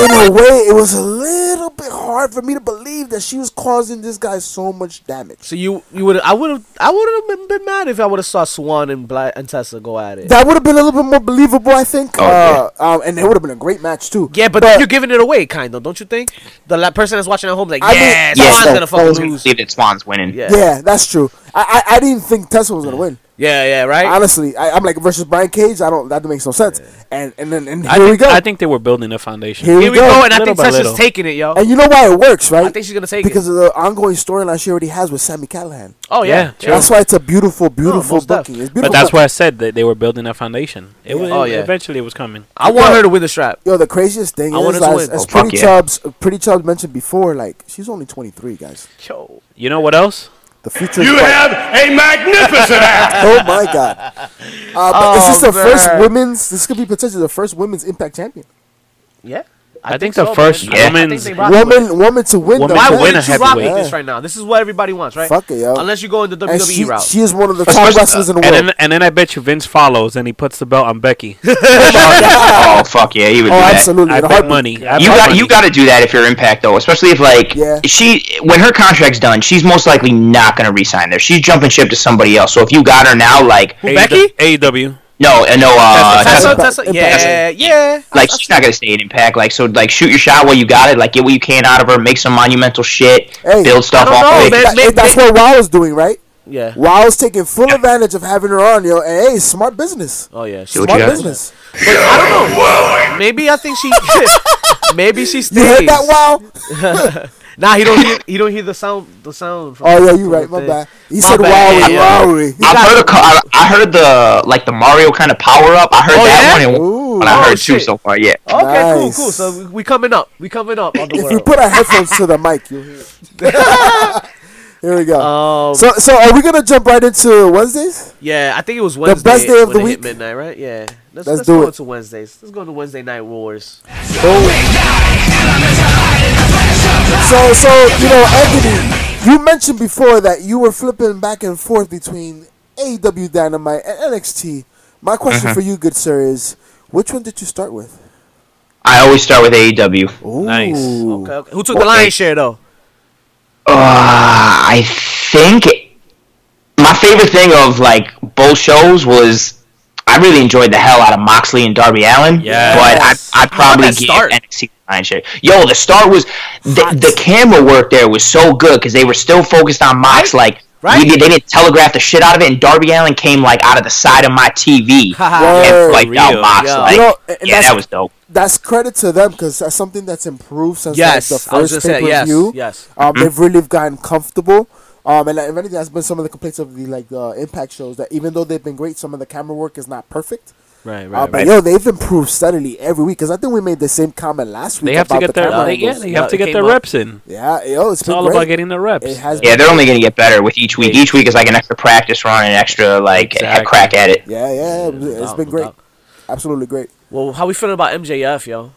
in a way, it was a little bit hard for me to believe that she was causing this guy so much damage.
So you you would I would have I would have been, been mad if I would have saw Swan and Bla- and Tessa go at it.
That would have been a little bit more believable, I think.
Oh,
uh, um, and it would have been a great match too.
yeah, but, you're giving it away, kind of, don't you think? The la- person that's watching at home, is like,
I mean,
yeah,
yes,
Swan's
that-
gonna
I
fucking
was gonna
lose.
see that Swan's winning.
Yeah, yeah,
yeah, that's true. I, I, I didn't think Tessa was gonna win.
yeah, right.
Honestly, I, I'm like versus Brian Cage. I don't. That makes no sense. And and then and here
I
we
think,
go.
I think they were building a foundation.
Here
Here we go, and I
Little
think
by
Tessa's
little.
taking it, yo.
And you know why it works, right?
I think she's gonna take
because
it.
of the ongoing storyline she already has with Sammy Callahan.
Oh yeah,
Yeah,
yeah.
That's why it's a beautiful, beautiful
Oh, most
booking.
def.
It's
But
beautiful.
that's why I said that they were building a foundation. It was,
Oh, yeah.
eventually it was coming.
I want her to win the strap.
Yo, the craziest thing
I
is,
wanted to
as,
win.
as
Oh,
fuck
Pretty
yeah.
Chubbs, uh, Pretty Chubbs mentioned before, like she's only 23, guys.
Yo.
You know what else?
The future. is
You
bright.
have a magnificent act.
Oh my god. Uh, but is this the
man.
first women's? This could be potentially the first women's Impact champion.
Yeah.
I think the
so,
first
man. I think- I think
women's-
they rock with it.
Woman, woman to win.
Woman
the
Why
to
belt.
win a
wouldn't you rock
heavyweight.
with this right now? This is what everybody wants, right?
Fuck it, yo.
Unless you go in the
And
WWE
she,
route.
she is one of the
Let's
top
push-
wrestlers in the
And
world.
then, and then I bet you Vince follows and he puts the belt on Becky.
oh fuck yeah, he would
oh,
do that.
absolutely.
I
in a
bet
heartbeat.
money. I
You
bet
got
money.
you got to do that if you're Impact though, especially if like
Yeah.
she when her contract's done, she's most likely not gonna resign there. She's jumping ship to somebody else. So if you got her now, like
Who,
AEW?
Becky?
AEW.
no, uh, no, uh,
Tessa,
Tessa,
Tessa,
Impact.
yeah, yeah.
like she's not gonna stay in Impact. Like so, like shoot your shot while you got it. Like get what you can out of her. Make some monumental shit.
Hey,
build stuff
I don't know,
off of
man.
it.
That-
Make-
that's
make-
what WoW is doing, right?
Yeah.
Wow's taking full advantage of having her on, yo. And hey, smart business.
Oh yeah. She,
Do what
Smart
you got.
business.
maybe I think she. maybe she stays.
You heard that, Wow?
Nah, he don't. Hear, he don't hear the sound. The sound. From
Oh, yeah, you
from
right.
the
My
thing.
bad. He
My
said
bad,
Wowie,
yeah, yeah.
Wowie.
I've
got-
heard a, co- I, I heard the like the Mario kind of power up. I heard
Oh,
that
yeah?
one and,
Ooh.
and I
Oh,
heard two
shit.
so far. Yeah.
Okay, cool,
Nice.
cool. So we, we coming up. We coming up on the
If you
world.
put our headphones to the mic, you'll hear it. Here we go.
Um,
so, so are we gonna jump right into Wednesdays?
Yeah, I think it was Wednesday.
best day of
when
the
it hit
week?
midnight, right? Yeah. Let's, let's,
Let's do
go
it.
to Wednesdays. Let's go to Wednesday Night Wars.
So, so you know, Anthony, You mentioned before that you were flipping back and forth between AEW Dynamite and NXT. My question for you, good sir, is which one did you start with?
I always start with E AEW.
Nice.
Ooh.
Okay, okay. Who took the lion's share though?
Uh, I think my favorite thing of like both shows was I really enjoyed the hell out of Moxley and Darby Allen.
Yes.
But I I probably
that
give
start?
NXT nine shit. Yo, the start was the, the camera work there was so good because they were still focused on Mox. Like
Right.
we did- they didn't telegraph the shit out of it, and Darby Allen came like out of the side of my TV
Word.
and wiped out
Real,
Mox.
yo.
Like,
You know, and
yeah,
that's-
that was dope.
That's credit to them because that's something that's improved since
Yes,
like, the
I was
first
gonna
pay
say,
per
yes,
view.
yes.
um, they've really gotten comfortable. Um, and like, if anything, that's been some of the complaints of the like the impact shows that even though they've been great, some of the camera work is not perfect.
Right,
Uh,
right,
but
right.
yo, they've improved steadily every week because I think we made the same comment last week.
They have to
about
get
the
their
camera
they, yeah,
angles.
they have to
It
get their
came up.
reps in.
yeah, yo, it's
It's
been
all
great.
about getting the reps.
It has
Yeah,
been,
they're only gonna get better with each week. Each week is like an extra practice run, an extra like a
Exactly.
crack at it.
yeah, yeah, it's
without-
been great,
without-
absolutely great.
Well, how we feeling about MJF, yo?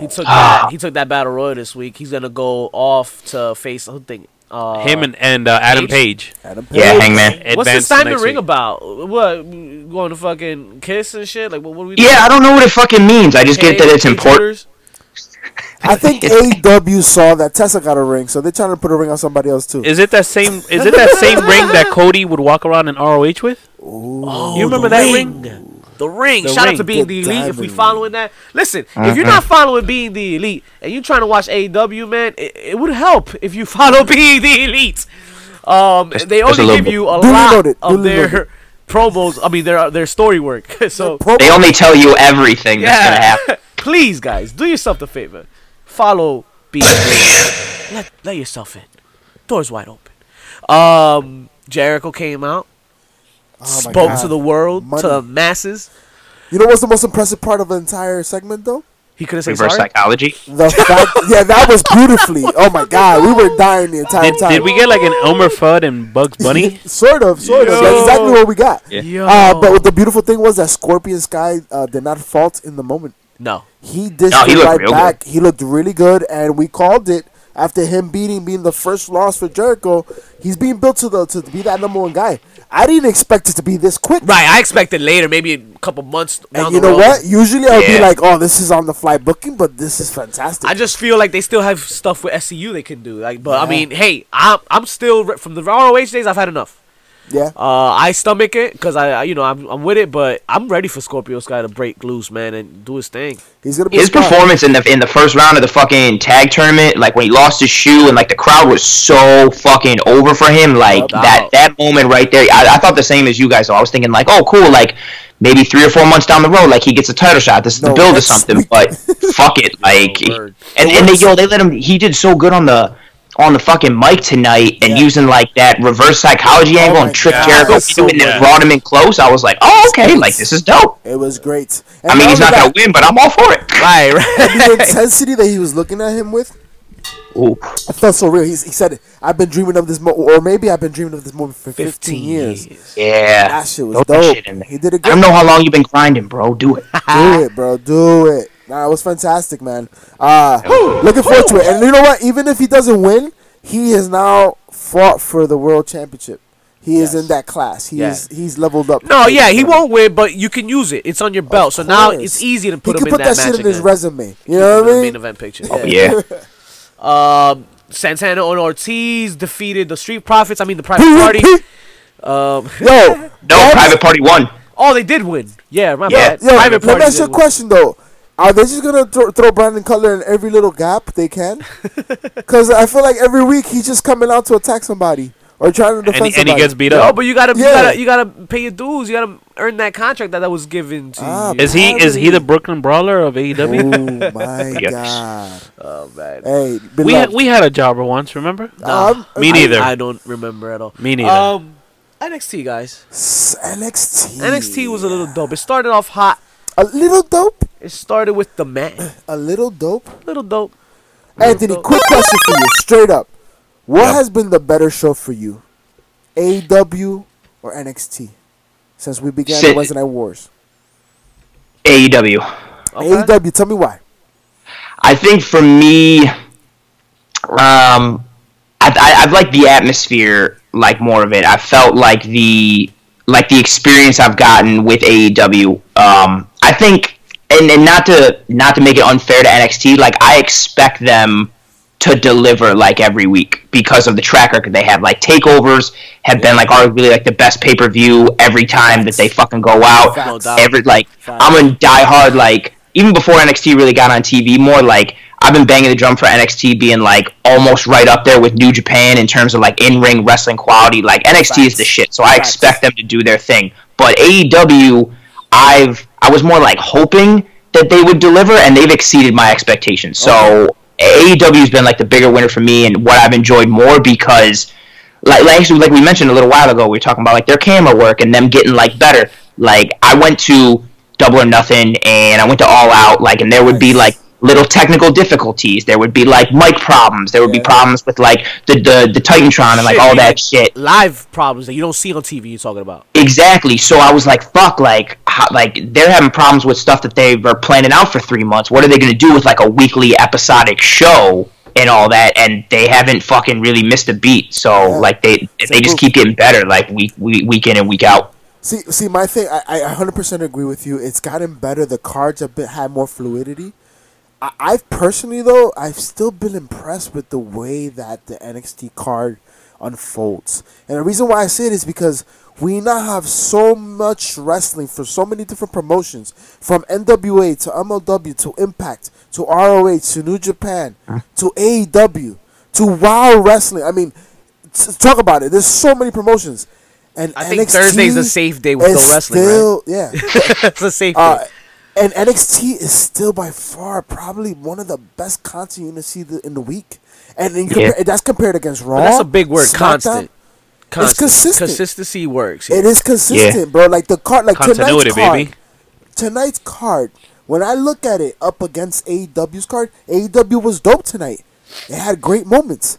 He took that.
Ah.
He took that battle royal this week. He's gonna go off to face. I think uh,
Him and, and uh, Adam Page.
Adam Page.
Yeah, Hangman.
What's this
advanced
Simon
next
Ring
week.
about? What going to fucking kiss and shit? Like what? What are we? doing?
Yeah, I don't know what it fucking means. I just get that it's
Hey,
important.
tutors?
I think AEW saw that Tessa got a ring, so they're trying to put a ring on somebody else too.
Is it that same? Is it that same ring that Cody would walk around in ROH with?
Oh,
You remember
the
that
The ring.
The
Shout out
ring.
to being
The
the elite. If we
diamond
following that, listen. If
Uh-huh.
you're not following being the elite and you trying to watch AEW, man, it, it would help if you follow being the elite. Um,
Just-
they
just a
only
little
give
bit.
you a
Duly
lot
noted,
of
duly
their
noted.
promos. I mean, their their story work. so
Pro-
They only tell you everything that's gonna
yeah,
happen.
please, guys, do yourself the favor. Follow being the elite. let let yourself in. Doors wide open. Um, Jericho came out,
Oh my
spoke
God.
to the world, to
Money.
the masses.
You know what's the most impressive part of the entire segment though?
He couldn't say
Reverse
sorry.
psychology.
The fact, yeah, that was beautifully. Oh my god, we were dying the entire
Did,
time.
did we get like an Elmer Fudd and Bugs Bunny?
sort of, sort of.
Yo.
That's exactly what we got.
Yo.
Uh, but the beautiful thing was that Scorpion Sky uh, did not fault in the moment.
no.
He did
No, he looked
right
real
back. He looked really good, and we called it after him beating being the first loss for Jericho. He's being built to the to be that number one guy. I didn't expect it to be this quick.
Right, I expected later, maybe a couple months down
And
the
you know
road.
what? Usually I'll be
Yeah.
like, "Oh, this is on the fly booking," but this is fantastic.
I just feel like they still have stuff with SCU they can do. Like, but I
Yeah.
mean, hey, I'm I'm still re- from the ROH days. I've had enough.
yeah.
Uh, I stomach it because I, I, you know, I'm I'm with it, but I'm ready for Scorpio Sky to break loose, man, and do his thing.
He's gonna be
His
a star.
performance in the in the first round of the fucking tag tournament, like when he lost his shoe and like the crowd was so fucking over for him, like
doubt.
that that moment right there. I, I thought the same as you guys. Though. I was thinking like, oh cool, like maybe three or four months down the road, like he gets a title shot. This is
No,
the build or
next
something.
week.
But fuck it, like
Oh, word.
and and they yo they let him. He did so good on the. On the fucking mic tonight, and
Yeah. Oh
using like that reverse psychology angle
my
and trick
God,
Jericho,
that's so
and then
good.
brought him in close. I was like, "Oh, okay, like this is dope."
It was great. And
I mean, he's
all
not
of
gonna
that-
win, but I'm all for it.
Right, right.
the intensity that he was looking at him with,
Ooh.
I felt so real. He's, he said, "I've been dreaming of this, mo- or maybe I've been dreaming of this moment for 15, years."
Yeah.
That shit was
Throw that
dope.
shit in there.
He did a
I
good.
don't know how long you've been grinding, bro. Do it.
do it, bro. Do it. Nah, it was fantastic, man. Uh, looking forward to it. And you know what? Even if he doesn't win, he has now fought for the world championship. He is in that class. He
Yeah.
is. He's leveled up.
No, yeah, he won't win, but you can use it. It's on your belt, so now it's easy to put
he
him
could
in
put
that, match
shit in his
again.
resume. You know what
The
I
main
mean?
event picture.
Oh, yeah.
Um, Santana and Ortiz defeated the Street Profits. I mean, the Private Party. Um,
Yo,
No, private party one.
oh, they did win. Yeah, my
Yeah.
bad.
Yo,
Private
let
Party.
me ask you a
did win.
question though. Are they just gonna throw, throw Brandon Cutler in every little gap they can? Because I feel like every week he's just coming out to attack somebody or trying to defend
And, and
somebody.
he gets beat
No,
up.
Oh, but you gotta,
Yeah.
you gotta, you gotta pay your dues. You gotta earn that contract that, that was given to
Ah,
you.
Is he is he the Brooklyn Brawler of E AEW?
Oh my
Yes.
god!
Oh man,
Hey,
we
beloved,
had, we had a jobber once, remember?
um,
Me neither.
I, I don't remember at all.
Me neither.
Um, NXT guys,
s- NXT.
NXT was a little dope. It started off hot.
a little dope.
It started with the man,
A little dope.
little dope.
Anthony,
dope.
quick question for you, straight up. What has been the better show for you, AW or NXT, since we began the
Shit.
Wednesday Night Wars?
E AEW.
Okay.
AW, tell me why.
I think for me, um, I, I, I've liked the atmosphere, like more of it. I felt like the like the experience I've gotten with AEW. Um, I think, and, and not to not to make it unfair to NXT, like I expect them to deliver like every week because of the track record they have. Like takeovers have been like arguably like the best pay per view every time that they fucking go out.
No doubt.
Every like I'm a diehard like even before NXT really got on TV more like I've been banging the drum for NXT being like almost right up there with New Japan in terms of like in ring wrestling quality. Like NXT is the shit, so I expect them to do their thing. But AEW, I've I was more like hoping that they would deliver, and they've exceeded my expectations. So AEW has been like the bigger winner for me, and what I've enjoyed more because like, like actually, like we mentioned a little while ago, we were talking about like their camera work and them getting like better. Like I went to Double or Nothing and I went to All Out, like, and there would be like little technical difficulties. There would be like mic problems. There would be problems with like the the, the Titantron and like
Shit,
all
yeah.
that shit.
Live problems that you don't see on TV. You're talking about.
Exactly. So I was like, fuck, like, how, like they're having problems with stuff that they were planning out for three months. What are they going to do with like a weekly episodic show and all that? And they haven't fucking really missed a beat. So like they they just keep getting better, like week week week in and week out.
See, see, my thing, I, I 100% agree with you. It's gotten better. The cards have been, had more fluidity. I, I've personally, though, I've still been impressed with the way that the NXT card unfolds. And the reason why I say it is because we now have so much wrestling for so many different promotions from NWA to MLW to Impact to ROH to New Japan to AEW to Wow Wrestling. I mean, t- talk about it. There's so many promotions. And
I think
NXT
Thursday's a safe day with
is
no wrestling, right?
Still, Yeah.
it's a safe.
Uh,
thing.
and NXT is still by far probably one of the best content you to see the, in the week. And then you compare, that's compared against Raw.
But that's a big word.
SmackDown.
Constant. Constant.
consistent.
Consistency works.
It is consistent, bro. Like the card, like
Continuity,
tonight's card.
baby.
Tonight's card. When I look at it up against AEW's card, AEW was dope tonight. It had great moments,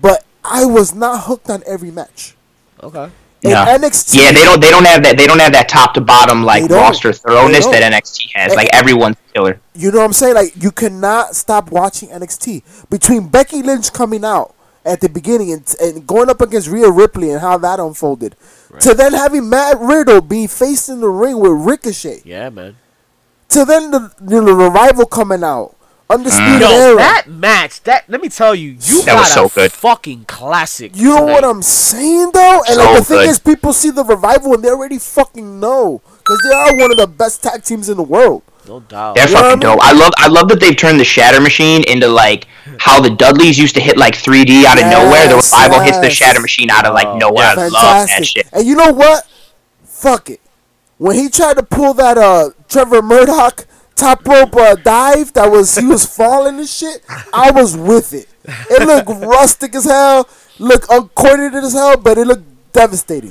but I was not hooked on every match.
okay.
And
Yeah.
NXT,
Yeah, they don't they don't have that they don't have that top to bottom like
They don't.
roster thoroughness
They
that
don't.
NXT has.
And-
Like everyone's killer.
You know what I'm saying? Like you cannot stop watching NXT between Becky Lynch coming out at the beginning and, and going up against Rhea Ripley and how that unfolded, to then having Matt Riddle be faced in the ring with Ricochet,
Yeah, man.
to then the you know, the revival coming out, Undisputed
Yo,
Era.
that match, that let me tell you, you
That
got
was so
a
good.
fucking classic.
you know
tonight.
what I'm saying though? And like
So
the thing
good.
is, people see the revival and they already fucking know because they are one of the best tag teams in the world.
No doubt.
They're
You know
fucking dope.
what
I love I love that they've turned the Shatter Machine into like how the Dudleys used to hit like 3D out of nowhere. The
Yes,
revival hits the
yes.
Shatter Machine out of like nowhere. I love that shit.
And you know what? Fuck it. When he tried to pull that uh Trevor Murdoch top rope uh, dive that was he was falling and shit, I was with it. It looked rustic as hell, looked uncoordinated as hell, but it looked devastating.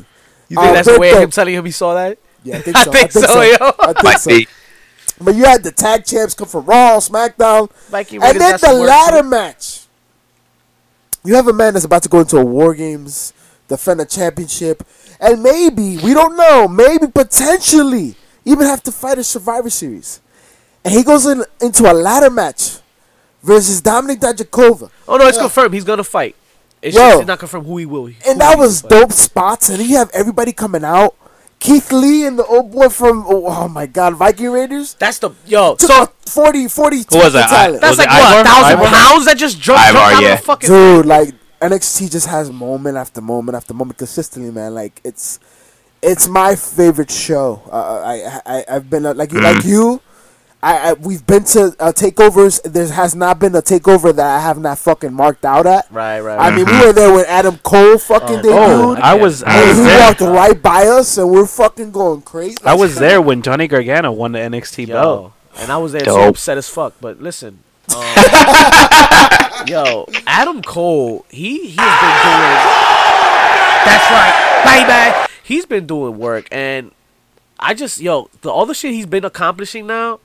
you think
Uh,
that's the
but
way of
the-
him telling him he saw that?
Yeah, I think
I
so.
think so, yo.
I think
Might
so.
be.
But you had the tag champs come from Raw, SmackDown,
Mikey Reagan
and then
got
the
some work
ladder
to
match. You have a man that's about to go into a War Games, defend a championship, and maybe we don't know, maybe potentially even have to fight a Survivor Series, and he goes in into a ladder match versus Dominic Dijakova,
Oh no, it's confirmed. He's gonna fight. It's
Yo.
just it's not confirmed who he will.
and that was dope spots, and then you have everybody coming out. Keith Lee and the old boy from oh, oh my god Viking Raiders
That's the yo.
took
So
a 40 40
Who was that? I-
talent.
that's
Was
like
it
what a
Ivar?
thousand
Ivar?
pounds that just jumped,
Ivar,
jumped out
yeah.
of the fucking.
dude like nxt just has moment after moment after moment consistently man like it's it's my favorite show uh, I, I i've been uh, like you like you I, I we've been to uh, takeovers there has not been a takeover that i have not fucking marked out at
Right, right,
i mean we were there when adam cole fucking
Oh,
debuted
I was I
and
was
he
there.
walked right by us and we're fucking going crazy
I was there when Johnny Gargano won the NXT belt.
Yo, and I was there so
Dope.
upset as fuck. But listen, um, yo, Adam Cole, he he has been doing. That's right, baby. He's been doing work, and I just yo the other shit he's been accomplishing now.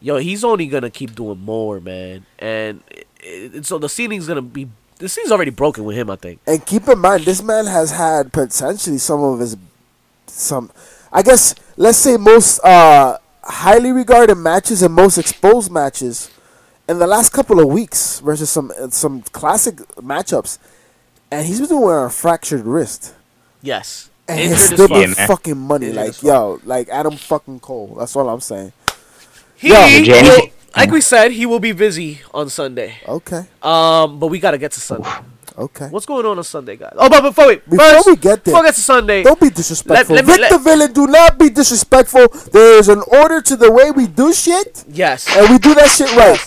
Yo, he's only gonna keep doing more, man, and it, it, so the ceiling's gonna be. The scene's already broken with him, I think.
And keep in mind, this man has had potentially some of his, some, I guess, let's say most uh, highly regarded matches and most exposed matches in the last couple of weeks versus some uh, some classic matchups. and he's been wearing a fractured wrist.
Yes.
And
Injured
he's
as
still
fuck.
Yeah,
got
man.
fucking money.
Injured as
like,
fuck.
yo, like Adam fucking Cole. That's all I'm saying.
He
Yeah,
did you any-
will, like we said, he will be busy on Sunday.
Okay.
Um, but we gotta get to Sunday.
Okay.
What's going on on Sunday, guys? Oh, but, but wait,
Before
first,
we get there-
before we get to Sunday,
Don't be disrespectful.
let me-
Victor
let-
Villain, do not be disrespectful. There is an order to the way we do shit,
yes,
and we do that shit right.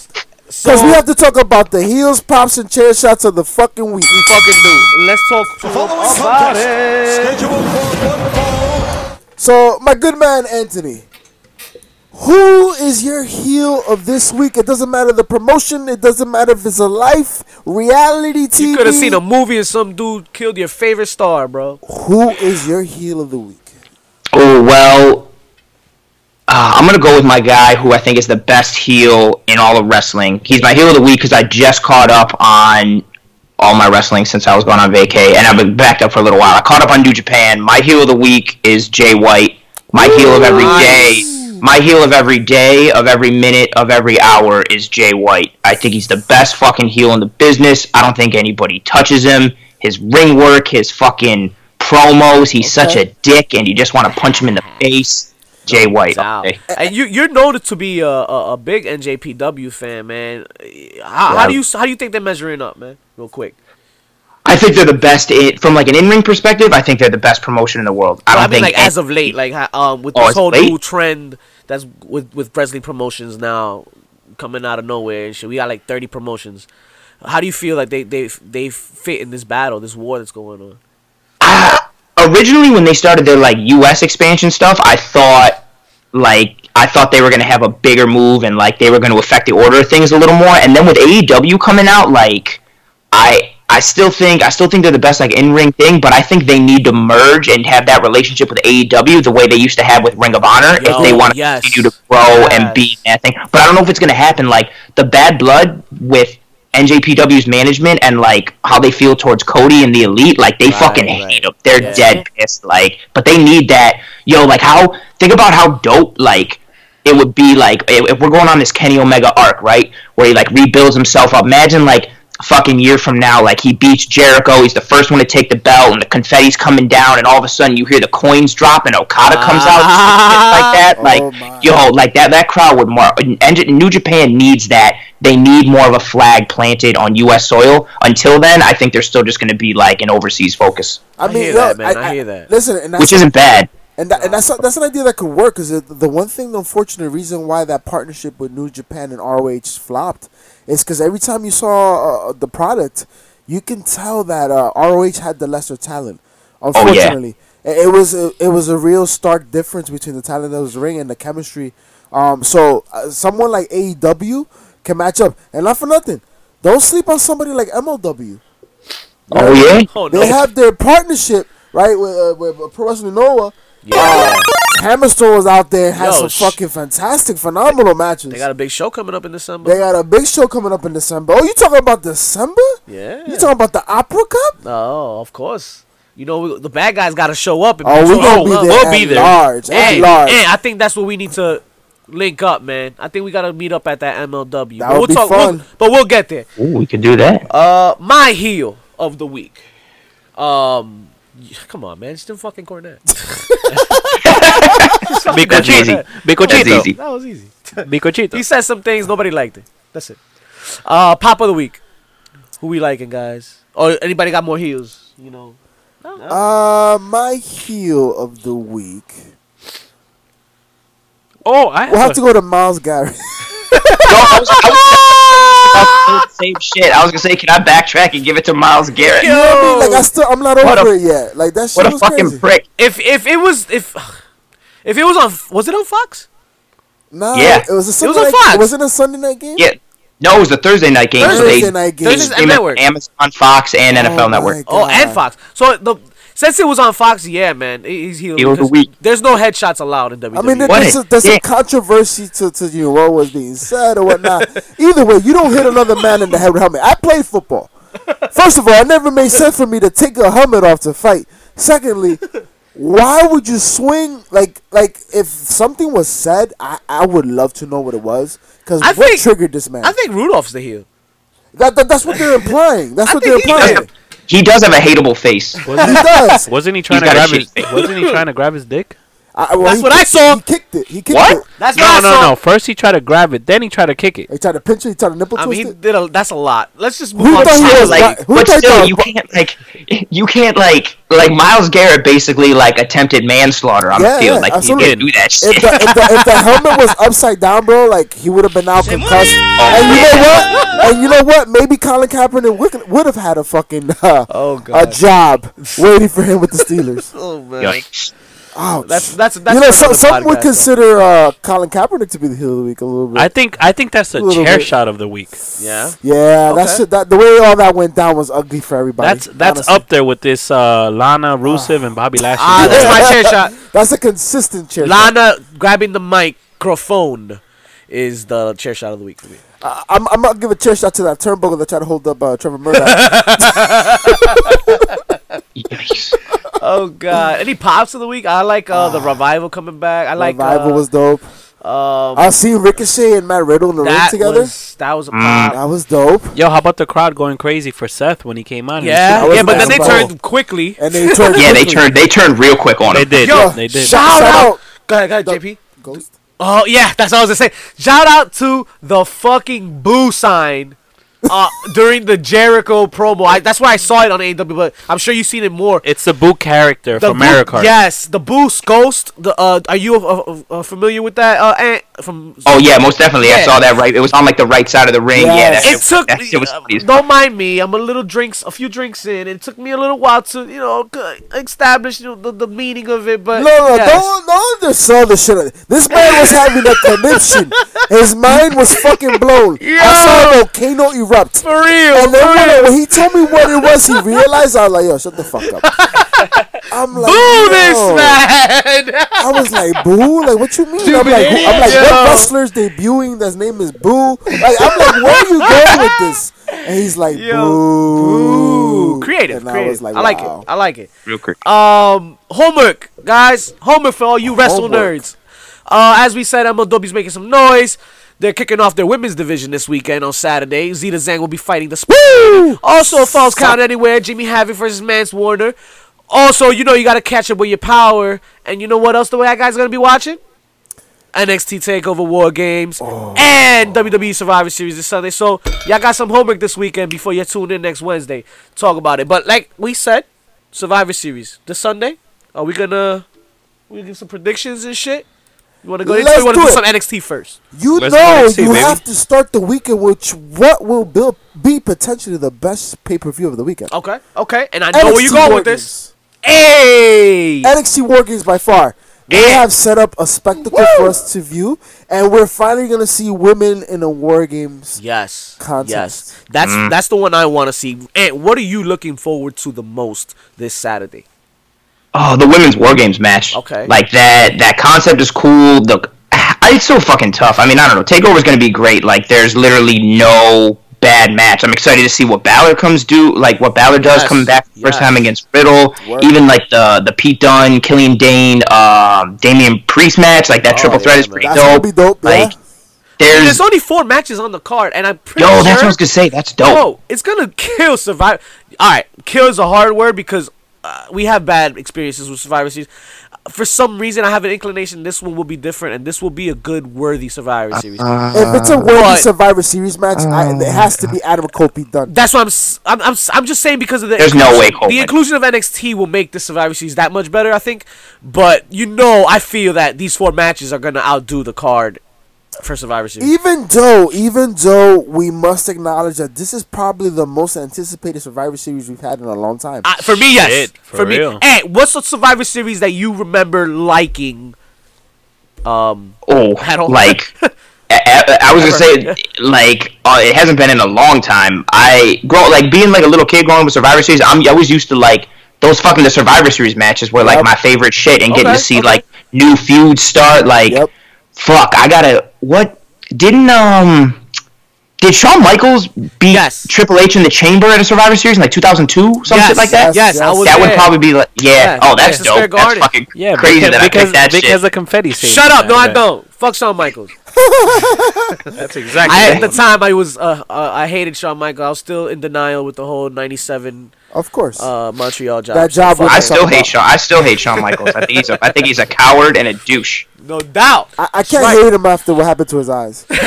so
Because we have to talk about the heels, pops, and chair shots of the fucking week.
we fucking do. Let's talk about it.
So, my good man, Anthony, who is your heel of this week? It doesn't matter the promotion, it doesn't matter if it's a life, reality TV.
You could have seen a movie and some dude killed your favorite star, bro.
Who is your heel of the week?
Oh well, uh, I'm gonna go with my guy who I think is the best heel in all of wrestling. He's my heel of the week because I just caught up on all my wrestling since I was gone on vacay, and I've been backed up for a little while. I caught up on New Japan. My heel of the week is Jay White. My heel of every day. My heel of every day, of every minute, of every hour is Jay White. I think he's the best fucking heel in the business. I don't think anybody touches him. His ring work, his fucking promos. He's such a dick, and you just want to punch him in the face. Jay White.
Wow.
all day.
And you you're known to be a, a, a big NJPW fan, man. How, how do you how do you think they're measuring up, man? Real quick.
I think they're the best in, from like an in-ring perspective. I think they're the best promotion in the world. I
I,
don't
mean,
think
like as of late, like ha- um with
Oh,
this
it's
whole new
late?
trend that's with with wrestling promotions now coming out of nowhere and shit. We got like thirty promotions. How do you feel like they they they fit in this battle, this war that's going on?
originally when they started their like U.S. expansion stuff, I thought like I thought they were gonna have a bigger move and like they were gonna affect the order of things a little more. And then with AEW coming out, like I I still think I still think they're the best like in ring thing, but I think they need to merge and have that relationship with AEW the way they used to have with Ring of Honor
Yo,
if they want to
yes.
continue to grow and be
Yes.
that thing. But I don't know if it's gonna happen. Like the bad blood with NJPW's management and like how they feel towards Cody and the Elite, like they fucking
right.
hate him. They're
Yeah.
dead pissed. Like, but they need that. Yo, like how? Think about how dope. Like it would be like if, if we're going on this Kenny Omega arc, right? Where he like rebuilds himself up. Imagine like a fucking year from now, like he beats Jericho. He's the first one to take the belt, and the confetti's coming down, and all of a sudden you hear the coins drop, and Okada comes out, and shit like that.
Oh,
Like
my.
yo, like that that crowd would more. And J- New Japan needs that. They need more of a flag planted on U.S. soil. Until then, I think they're still just going to be like an overseas focus,
I mean,
hear
yo,
that, man. I hear that.
Listen, and that's
which isn't bad.
And, that, and that's that's an idea that could work. Is that the one thing, the unfortunate reason why that partnership with New Japan and ROH flopped is because every time you saw uh, the product, you can tell that uh, ROH had the lesser talent.
Oh,
yeah.
Unfortunately, it, it was a, it was a real stark difference between the talent that was ring and the chemistry. Um, so uh, someone like AEW can match up, and not for nothing, don't sleep on somebody like MLW.
Oh yeah.
Oh no,
They have their partnership, right, with, uh, with uh, Pro Wrestling Noah.
yeah,
Hammerstone was out there and had
Yo,
some
sh-
fucking fantastic, phenomenal matches.
they got a big show coming up in December.
big show coming up in December. Oh, you talking about December?
Yeah.
You talking about the Opera Cup?
Oh, of course. You know we, the bad guys got to show up. And
Oh,
show
we gonna
up.
be there.
we'll
at
be there.
Large, at
Hey,
large.
hey, I think that's what we need to link up, man. I think we gotta meet up at that MLW.
That
but we'll
would be
talk, we'll-
fun.
but we'll get there.
Ooh, we could do that.
Uh, my heel of the week. Um, y- come on, man, it's Jim fucking Cornette. Just fucking
That's
Cornette.
easy. That's
Bicochito.
easy.
That was easy. He
Bicochito.
said some things nobody liked it. That's it. Uh, pop of the week. Who we liking, guys? Or anybody got more heels? You know.
Uh, my heel of the week.
Oh, I
We'll have to go to Miles Garrett.
No, I was, I was- I was saying the same shit. I was gonna say, can I backtrack and give it to Miles Garrett?
Yo,
like
Oh.
I still, I'm not over
What a-
it yet. Like that shit
what a
was
fucking
crazy.
prick!
if if it was if if it was on was it on Fox?
Nah,
Yeah.
it was a
It was
Sunday.
on
night,
Fox.
it wasn't a Sunday night game.
Yeah, no, it was the Thursday night game. so
Thursday
they
night game.
they
Thursday
stream it
Network.
Amazon, Fox, and NFL
my
Network.
Oh, and
God.
Fox. So the since it was on Fox, yeah, man, he- he's healed.
Heel of the
because
week.
There's no headshots allowed in E. WWE.
I mean, there-
What
there's,
a
a, there's some
dick.
controversy to, to you know, what was being said or whatnot. Either way, you don't hit another man in the head with a helmet. I played football. First of all, it never made sense for me to take a helmet off to fight. Secondly, why would you swing like like if something was said? I, I would love to know what it was because
I
what
think-
triggered this man?
I think Rudolph's the heel.
that, that, that's what they're implying. That's
I
what
think
they're
he-
implying.
he does have a hateable face.
He
Wasn't,
does.
wasn't he trying to
got a
grab
shit
his? Wasn't he trying to grab his dick?
I, well,
That's
he
what I
kicked it.
saw.
He kicked it. He kicked
What?
it.
That's
No,
what I
no,
saw.
no. First he tried to grab it, then he tried to kick it.
He tried to pinch it. He tried to nipple
I
twist
mean, he
it.
did a, that's a lot. Let's just move
Who
on.
thought he
to-
was
like,
Who
but
thought
still,
that-
you can't like, you can't like, like Miles Garrett basically like attempted manslaughter on
Yeah,
the field.
yeah,
like
absolutely.
he didn't do that shit.
If the, if, the, if the helmet was upside down, bro, like he would have been out concussed. And you know what? And you know what? Maybe Colin Kaepernick would, would have had a fucking uh,
Oh,
a
God.
job waiting for him with the Steelers.
Oh, man.
Yikes.
Ouch.
That's that's that's
you know,
for
some,
another
some would
podcast,
consider uh, Colin Kaepernick to be the heel of the week a little bit.
I think I think that's the
Little
chair
bit.
shot of the week.
though. Yeah.
yeah, that
Okay.
shit. That the way all that went down was ugly for everybody.
That's that's
honestly.
up there with this uh, Lana Rusev and Bobby Lashley.
Ah, that's my chair shot.
That's a consistent chair. shot.
Lana grabbing the microphone is the chair shot of the week for me.
I- I'm, I'm gonna give a chair shot to that turnbuckle that tried to hold up uh, Trevor
Oh
Murdoch.
Yikes.
Oh God! Any pops of the week? I like uh, the revival coming back. I like
Revival
uh,
was dope.
um,
I seen Ricochet and Matt Riddle in the ring
that
together.
was that was a pop.
that was dope.
Yo, how about the crowd going crazy for Seth when he came on?
Yeah,
That was
yeah, but then they
revival.
turned quickly.
And they turned.
Yeah, they
quickly.
turned they turned real quick on
they
him.
did.
Yo,
they did.
shout- out. Go ahead, go ahead,
the-
JP.
Ghost.
Oh yeah, that's what I was gonna say. Shout out to the fucking boo sign uh, during the Jericho promo. I, that's why I saw it on AEW, but I'm sure you've seen it more.
It's the boo character
The
from America.
Boo, yes, the boost ghost. The uh, are you uh, uh, familiar with that? Uh, Ant, from
Oh yeah, most definitely. I
Yeah.
saw that right. It was on like the right side of the ring. Yeah,
Yes.
that,
it took
that shit was
uh,
funny as
don't mind me i'm a little drinks a few drinks in it took me a little while to you know c- establish you know, the, the meaning of it but
No, no,
yes.
don't, don't undersell the shit. This man was having a conniption. His mind was fucking blown. I saw a volcano erupt.
for real
And then
for real.
when, when he told me what it was, he realized I was like, yo, shut the fuck up. I'm like,
Boo
yo.
this man
I was like, Boo? Like, what you mean? I'm like, who- I'm like,
Yo.
what wrestler's debuting that's name is Boo? Like, I'm like, where are you going with this? And he's like,
Yo,
Boo.
Ooh, creative
And
creative.
I was like,
I like
wow.
it i like it
real quick.
um homework guys homework for all you wrestle
Homework.
nerds uh as we said mlw's making some noise they're kicking off their women's division this weekend on Saturday. Zeta Zhang will be fighting the Spring. Also, Falls Count Anywhere, Jimmy Havoc versus Mance Warner. Also, you know you got to catch up with your power. And you know what else the way that guy's going to be watching? NXT TakeOver War Games and WWE Survivor Series this Sunday. So, y'all got some homework this weekend before you tune in next Wednesday. Talk about it. But like we said, Survivor Series this Sunday. Are we going to we gonna give some predictions and shit? You want to go into
Let's
it? want to
do
do
it.
some NXT first?
You
Let's
know,
NXT,
you
baby.
have to start the weekend with what will build, be potentially the best pay per view of the weekend.
Okay, okay, and I know where you're
War
going with this.
Games.
Hey,
NXT War Games by far. They
Yeah.
have set up a spectacle for us to view, and we're finally going to see women in a War Games.
yes,
Contest.
yes, that's
Mm.
that's the one I want to see. And what are you looking forward to the most this Saturday?
Oh, the women's war games match.
Okay.
Like that that concept is cool. The ah, it's so fucking tough. I mean, I don't know. Takeover's gonna be great. Like there's literally no bad match. I'm excited to see what Balor comes do like what Balor does
Yes,
coming back for the first
yes.
time against Riddle.
Word.
Even like the the Pete Dunne, Killian Dane, um, Damian Priest match,
Oh,
like that triple threat is pretty
That's going
dope.
to be dope, yeah.
Like there's,
There's only four matches on the card, and I'm pretty
Yo,
sure.
that's what I was gonna say. That's dope.
Yo, Oh, it's gonna kill Survivor. All right, kill is a hard word because uh, we have bad experiences with Survivor Series. For some reason, I have an inclination this one will be different, and this will be a good, worthy
Uh-huh.
Survivor Series.
If it's a worthy
but- Oh
Survivor Series match, I, it has to be Adam Cole Pete Dunne.
That's what I'm, s- I'm. I'm. s- I'm just saying because of the.
There's no
inclusion-
way Cole
The
wins.
inclusion of NXT will make the Survivor Series that much better, I think. But you know, I feel that these four matches are gonna outdo the card for Survivor Series.
Even though, even though we must acknowledge that this is probably the most anticipated Survivor Series we've had in a long time.
I, for me, yes.
Shit,
for
for
me,
real.
hey, what's the Survivor Series that you remember liking? Um,
oh,
I don't-
like I, I- I was gonna say, like uh, it hasn't been in a long time. I grow like being like a little kid growing up with Survivor Series. I'm always used to like those fucking the Survivor Series matches were like
Yep.
my favorite shit, and getting
Okay,
to see
okay.
like new feuds start. Like,
Yep.
fuck, I gotta what didn't um. Did Shawn Michaels beat
Yes.
Triple H in the Chamber at a Survivor Series in like 2002, some
yes,
shit like that?
Yes,
Yes,
I
yes.
was
That would
there.
probably be like, yeah.
Yeah,
oh, that's
Madison Square
dope. That's
Garden.
fucking
yeah,
crazy
because
that I
because,
picked that
because
shit.
the confetti. saved
Shut
me,
up! No,
man.
I don't. Fuck Shawn Michaels.
That's exactly.
I,
I-
at the time, I was uh, uh, I hated Shawn Michael. I was still in denial with the whole '97
Of course.
uh, Montreal job.
That job was-
I
That's
still
something
hate
about-
Shawn. I still hate Shawn Michaels. I think he's a, I think he's a coward and a douche.
no doubt.
I, I can't
Right.
hate him after what happened to his eyes.
bro.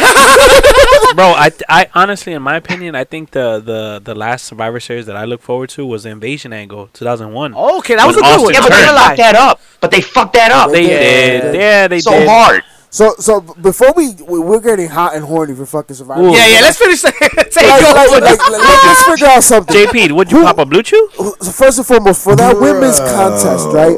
I, I honestly, in my opinion, I think the, the, the last Survivor Series that I look forward to was the Invasion Angle, 2001.
Okay, that was a
When
good
Austin
one.
Yeah, but
Turn.
they
I'm not
fucked
gonna lie.
that up. But they fucked that up.
they
Yeah.
did. Yeah, they
so
did.
hard.
So, so b- before we, we we're getting hot and horny for fucking Survivor.
Ooh.
Yeah, yeah. Let's finish that. Take
Like, like,
over.
like, like, let's figure out something.
JP, would you
Who-
pop a blue chew?
So first and foremost, for that women's contest, right?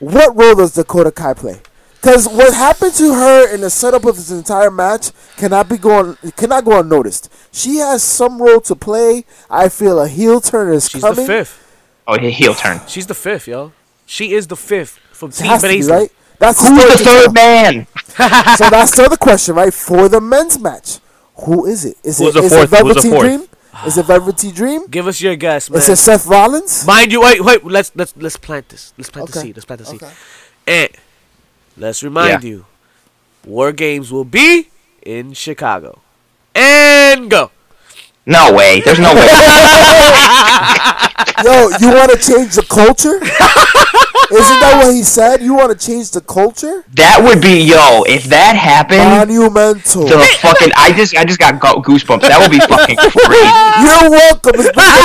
What role does Dakota Kai play? Because what happened to her in the setup of this entire match cannot be going cannot go unnoticed. She has some role to play. I feel a heel turn is
She's the
coming.
fifth.
Oh, he- heel turn.
She's the fifth, yo. She is the fifth from
It
Team
has to be,
Blaze.
right? That's the
Who's
story
the
to
third
tell.
man?
So that's still the question, right? For the men's match, who is it? Is
Who's
it
the
is it
fourth? Who's the
Velveteen
fourth?
Dream? Is it Velveteen Dream?
Give us your guess, man.
Is it Seth Rollins?
Mind you, wait, wait. Let's let's let's plant this. Let's plant the
Okay.
seed. Let's plant the seed.
Okay.
And let's remind
Yeah.
you, War Games will be in Chicago. And go.
No way. There's no way.
Yo, you want to change the culture? Isn't that what he said? You want to change the culture?
that would be yo. If that happened,
Monumental.
the fucking I just I just got go- goosebumps. That would be fucking crazy.
You're welcome. It's been a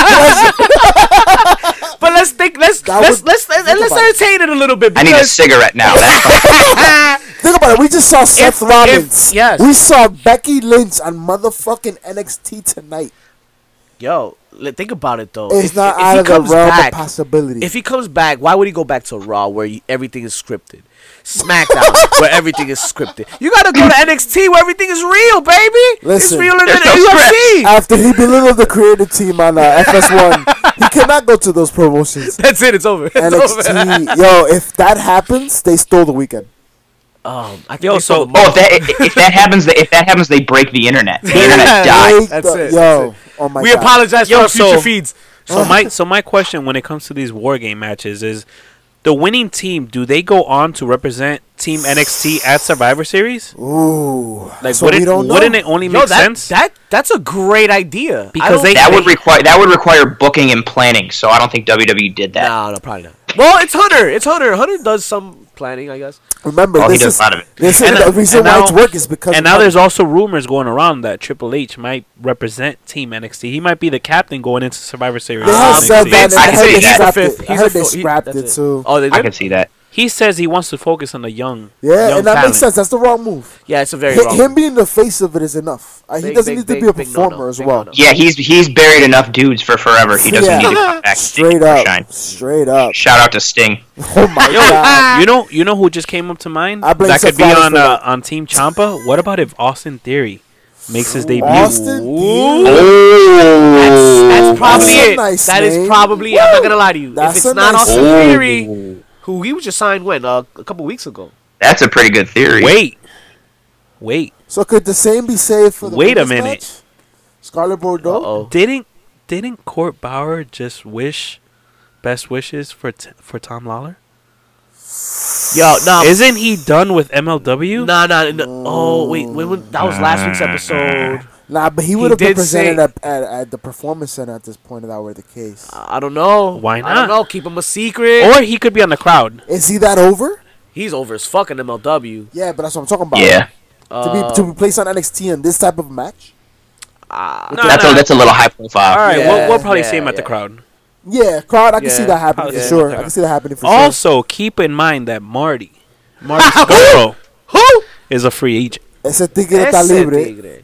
pleasure.
But let's think. Let's
That
let's
would-
let's let's,
think
let's
about it.
entertain it a little bit
I need a
because
cigarette now. That's
Think about it. We just saw Seth
if-
Rollins.
yes.
We saw Becky Lynch on motherfucking NXT tonight.
yo, li- think about it though.
It's
If-
not
if
out
he
of the
comes
realm
back-
of possibility.
If he comes back, why would he go back to Raw where you, everything is scripted? SmackDown where everything is scripted. You gotta go to NXT where everything is real, baby.
Listen.
it's real in the
There's no
UFC.
After he belittled the creative team on uh, FS1, he cannot go to those promotions.
That's it. It's over. It's over.
NXT. Yo, if that happens, they stole the weekend.
Um, I think
Yo,
they
so-
sold the
oh,
most-
if that if- if that happens, they- if that happens, they break the internet. The internet dies.
Break
That's
the-
it,
Yo,
that's
oh my
we
god.
apologize for
Yo,
our future
so-
feeds.
So my so my question when it comes to these war game matches is the winning team do they go on to represent team NXT at Survivor Series?
Ooh.
Like
So
wouldn't,
we don't know.
wouldn't it only
Yo,
make
that,
sense?
that that's a great idea I
Because
don't-
they-
That would require that would require booking and planning. So I don't think WWE did that.
no, no, probably not. Well, it's Hunter. It's Hunter. Hunter does some planning, I guess.
Remember,
Oh, he
this
does
is,
a lot of it.
this is
And, uh,
the reason
and
why
now-
it's work is because of
and now
money.
there's also rumors going around that Triple H might represent Team NXT. He might be the captain going into Survivor Series.
They
of
have
Um,
said
NXT.
Oh, that, and
I
I
can
heard
see
they
that.
He's
scrapped
a
it.
fifth-
I
he's
heard
a
they
fo- he-
scrapped
that's
it too.
Oh, they
I
did.
can see that.
He says he wants to focus on the young.
Yeah,
young
and that
talent.
makes sense. That's the wrong move.
Yeah, it's a very
Hi-
wrong.
him being the face of it is enough. Uh, he
Big,
doesn't
big,
need to
big,
be a
big no-no,
performer as
big
well.
no-no.
Yeah, he's he's buried enough dudes for forever. He doesn't
Yeah.
need to come back.
Straight
Shine.
up, straight up.
Shout out to Sting.
Oh my god!
You know, you know who just came up to mind?
I blame
that could be
Seth Rollins
on
for
uh,
that.
on Team Champa. What about if Austin Theory makes his debut?
Austin, Theory?
Oh,
That's probably
That's a
it.
nice
that is
name.
probably. it. I'm not gonna lie to you.
That's
if
a
it's not
nice
Austin
name.
Theory, who he was just signed when uh, a couple weeks ago.
that's a pretty good theory.
Wait, wait,
so could the same be said for the
Wait a
women's
minute.
match? Scarlet
Uh
Bordeaux.
oh.
didn't didn't Court Bauer just wish best wishes for t- for Tom Lawler?
Yo, nah,
Isn't he done with MLW?
nah, nah, nah. Oh wait, when, when that was last week's episode.
Nah, but he would have been
did
presented
say-
up at, at the performance center at this point if that were the case.
I don't know.
Why
I don't
not?
know. Keep him a secret.
Or he could be on the crowd.
Is he that over?
He's over as fucking MLW.
Yeah, but that's what I'm talking about.
Yeah,
to be
Uh,
to be placed on NXT in this type of match. uh,
No,
that's
no.
a that's a little high profile.
All right,
Yeah,
we'll, we'll probably
yeah,
see him at the
yeah.
crowd.
Yeah, crowd. I can see
Yeah,
that happening
yeah.
for sure. I can see that happening for sure.
Also, keep in mind that Marty, Marty Scurll,
Who?
is a free agent.
Ese tigre está
Ese
libre.
tigre.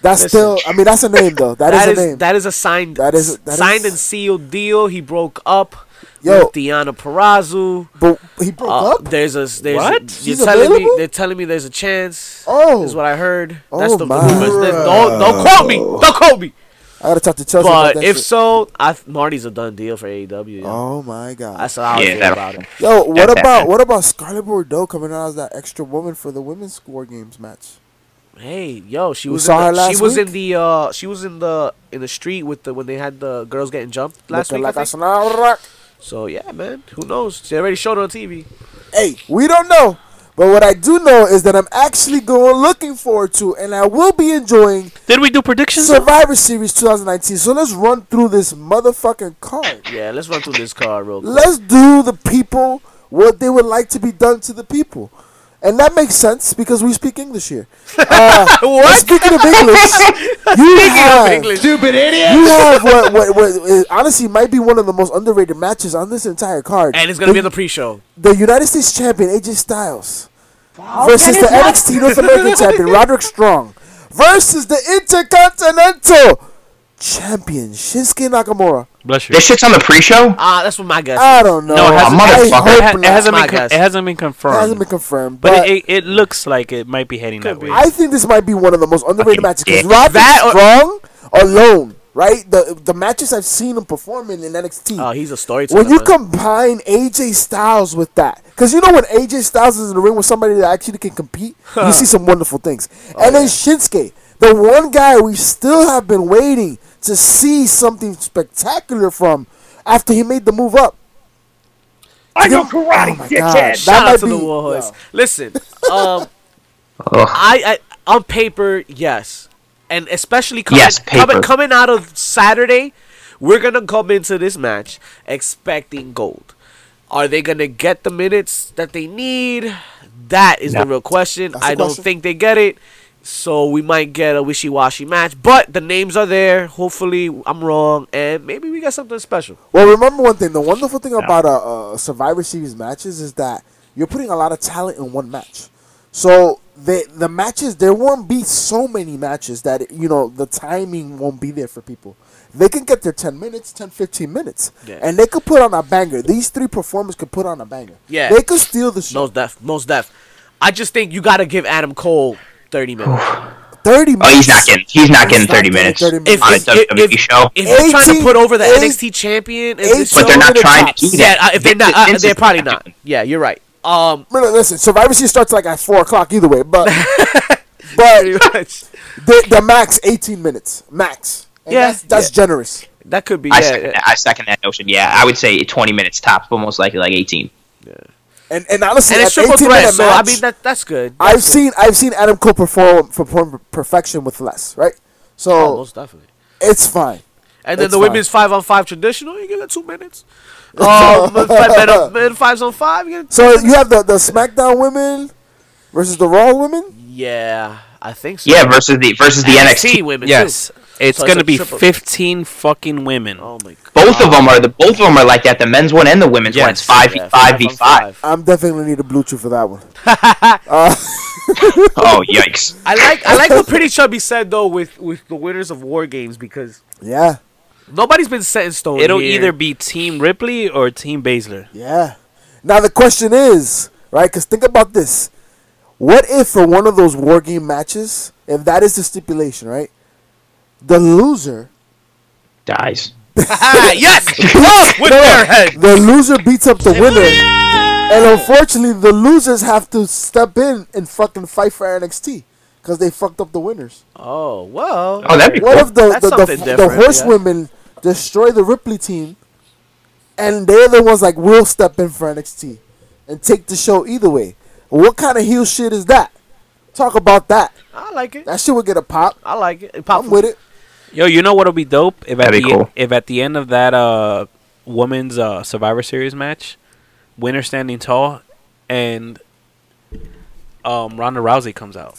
That's
Listen.
still. I mean, that's a name though.
That
that is, a
is
name.
that is a signed
That is- that
signed
is-
and sealed deal. He broke up
Yo.
with Diana Perazzo.
but he broke
Uh,
up.
There's a there's
What?
you're
She's
telling me
available?
they're telling me there's a chance.
Oh.
is what I heard.
Oh,
That's the
my.
rumors. There's- Don't don't quote me. Don't quote me.
I gotta talk to Chelsea. about
But
that
if
shit.
so, I th- Marty's a done deal for AEW. yo.
oh my god.
That's how I
Yeah,
feel
that'll-
about it.
Yo, what
that's
about
happening.
what about Scarlet Bordeaux coming out as that extra woman for the women's score games match?
Hey, yo, she was
saw her
in the, she
last
was
week?
in the uh she was in the in the street with the when they had the girls getting jumped last week.
Looking
I
like a
think.
snarl rock.
So yeah, man. Who knows? They already showed it on TV.
Hey, we don't know. But what I do know is that I'm actually going looking forward to, and I will be enjoying
Did we do predictions?
Survivor Series 2019. So let's run through this motherfucking card.
Yeah, let's run through this card real quick.
Let's do the people what they would like to be done to the people. And that makes sense because we speak English here. Uh,
What?
Speaking of English, you have,
English.
Stupid idiot!
you have what, what, what is, honestly might be one of the most underrated matches on this entire card.
And it's gonna be
the,
in the pre-show.
the United States champion AJ Styles versus the NXT North American champion Roderick Strong versus the Intercontinental champion Shinsuke Nakamura.
Bless you.
This shit's on the pre-show.
Ah, that's what my guess.
I don't know.
No, it hasn't,
Oh,
I
it,
motherfucker.
hope
ha- it
not.
hasn't
My
been con-
guys.
it hasn't been confirmed.
It hasn't been confirmed,
but
but,
it, it, it looks like it might be heading that way.
I think this might be one of the most underrated matches because
dick.
Roderick
That or-
Strong alone, right? The the matches I've seen him performing in NXT.
Oh, he's a storyteller.
when you
man.
combine AJ Styles with that, because you know when AJ Styles is in the ring with somebody that actually can compete, you see some wonderful things. and then Shinsuke, the one guy we still have been waiting to see something spectacular from after he made the move up.
I know
Oh
karate,
my God,
dickhead!
that
Shout out
might
to the
be-
War Horse.
yeah.
Listen, um, I, I on paper, yes, and especially coming,
Yes,
coming
paper.
coming out of Saturday, we're gonna come into this match expecting gold. Are they gonna get the minutes that they need? That is the real question.
That's the
I don't
question.
think they get it. So we might get a wishy-washy match, but the names are there. Hopefully, I'm wrong, and maybe we got something special.
Well, remember one thing. The wonderful thing about a, a Survivor Series matches is that you're putting a lot of talent in one match. So the the matches there won't be so many matches that you know the timing won't be there for people. They can get their 10 minutes, 10, 15 minutes,
Yeah.
and they could put on a banger. These three performers could put on a banger.
Yeah.
they could steal the show.
Most deaf, most deaf. I just think you gotta give Adam Cole 30 minutes.
Thirty. Minutes.
Oh, he's not getting. He's not getting
not
thirty
getting
minutes
30
on a
minutes.
if, if, if,
WWE
if-
show.
if they're trying to
18,
put over the
eight-
NXT champion, in this
18
But they're not
show-
trying to do that.
Yeah, uh, if they're
Vince
not,
is-
uh,
Vince
they're
is
probably
not
not. Yeah, you're right. Um,
I mean, Listen, Survivor Series starts like at four o'clock either way, but but
pretty much.
the, the max eighteen minutes max. And
Yeah.
that's, that's generous.
That could be.
I
Yeah,
second, that, I second that notion. Yeah, I would say 20 minutes tops, but most likely like 18.
And and honestly,
and it's
an
triple
18
threat,
minute
so I
match,
mean that that's good.
I've
That's good.
seen I've seen Adam Cole perform perform perfection with less, right? So
Oh, most definitely.
it's fine.
And then
it's
the
fine.
women's five on five traditional, you get it two minutes. Um, men, men, men fives on five, you get
So you have the the SmackDown women versus the Raw women.
yeah, I think so.
Yeah, versus the versus the NXT.
women.
yes,
too.
it's
So it's
gonna
a
be
triple-
fifteen fucking women.
Oh my god.
Both of them are the both of them are like that. The men's one and the women's one. It's
Yes,
five
Yeah,
five v
on
five.
I'm definitely need a blue chew for that one. Uh,
Oh yikes!
I like I like what Pretty Chubby said though with with the winners of War Games because
Yeah,
nobody's been set in stone.
It'll
here.
either be Team Ripley or Team Baszler.
yeah. Now the question is, right? Because think about this: What if for one of those war game matches, if that is the stipulation, right? The loser
Dies.
Ah, yes.
with their head. The loser beats up the winner. And unfortunately, the losers have to step in and fucking fight for NXT because they fucked up the winners.
Oh well.
Oh, that'd be
What
cool.
if the
That's
the, the,
something
the,
different,
horsewomen destroy the Ripley team, and they're the ones like will step in for NXT and take the show either way? What kind of heel shit is that? Talk about that.
I like it.
That shit would get a pop.
I like it.
I'm with it.
Yo, you know what'll be dope if at
That'd
the e-,
be cool.
if at the end of that uh women's uh Survivor Series match, winner standing tall, and um Ronda Rousey comes out.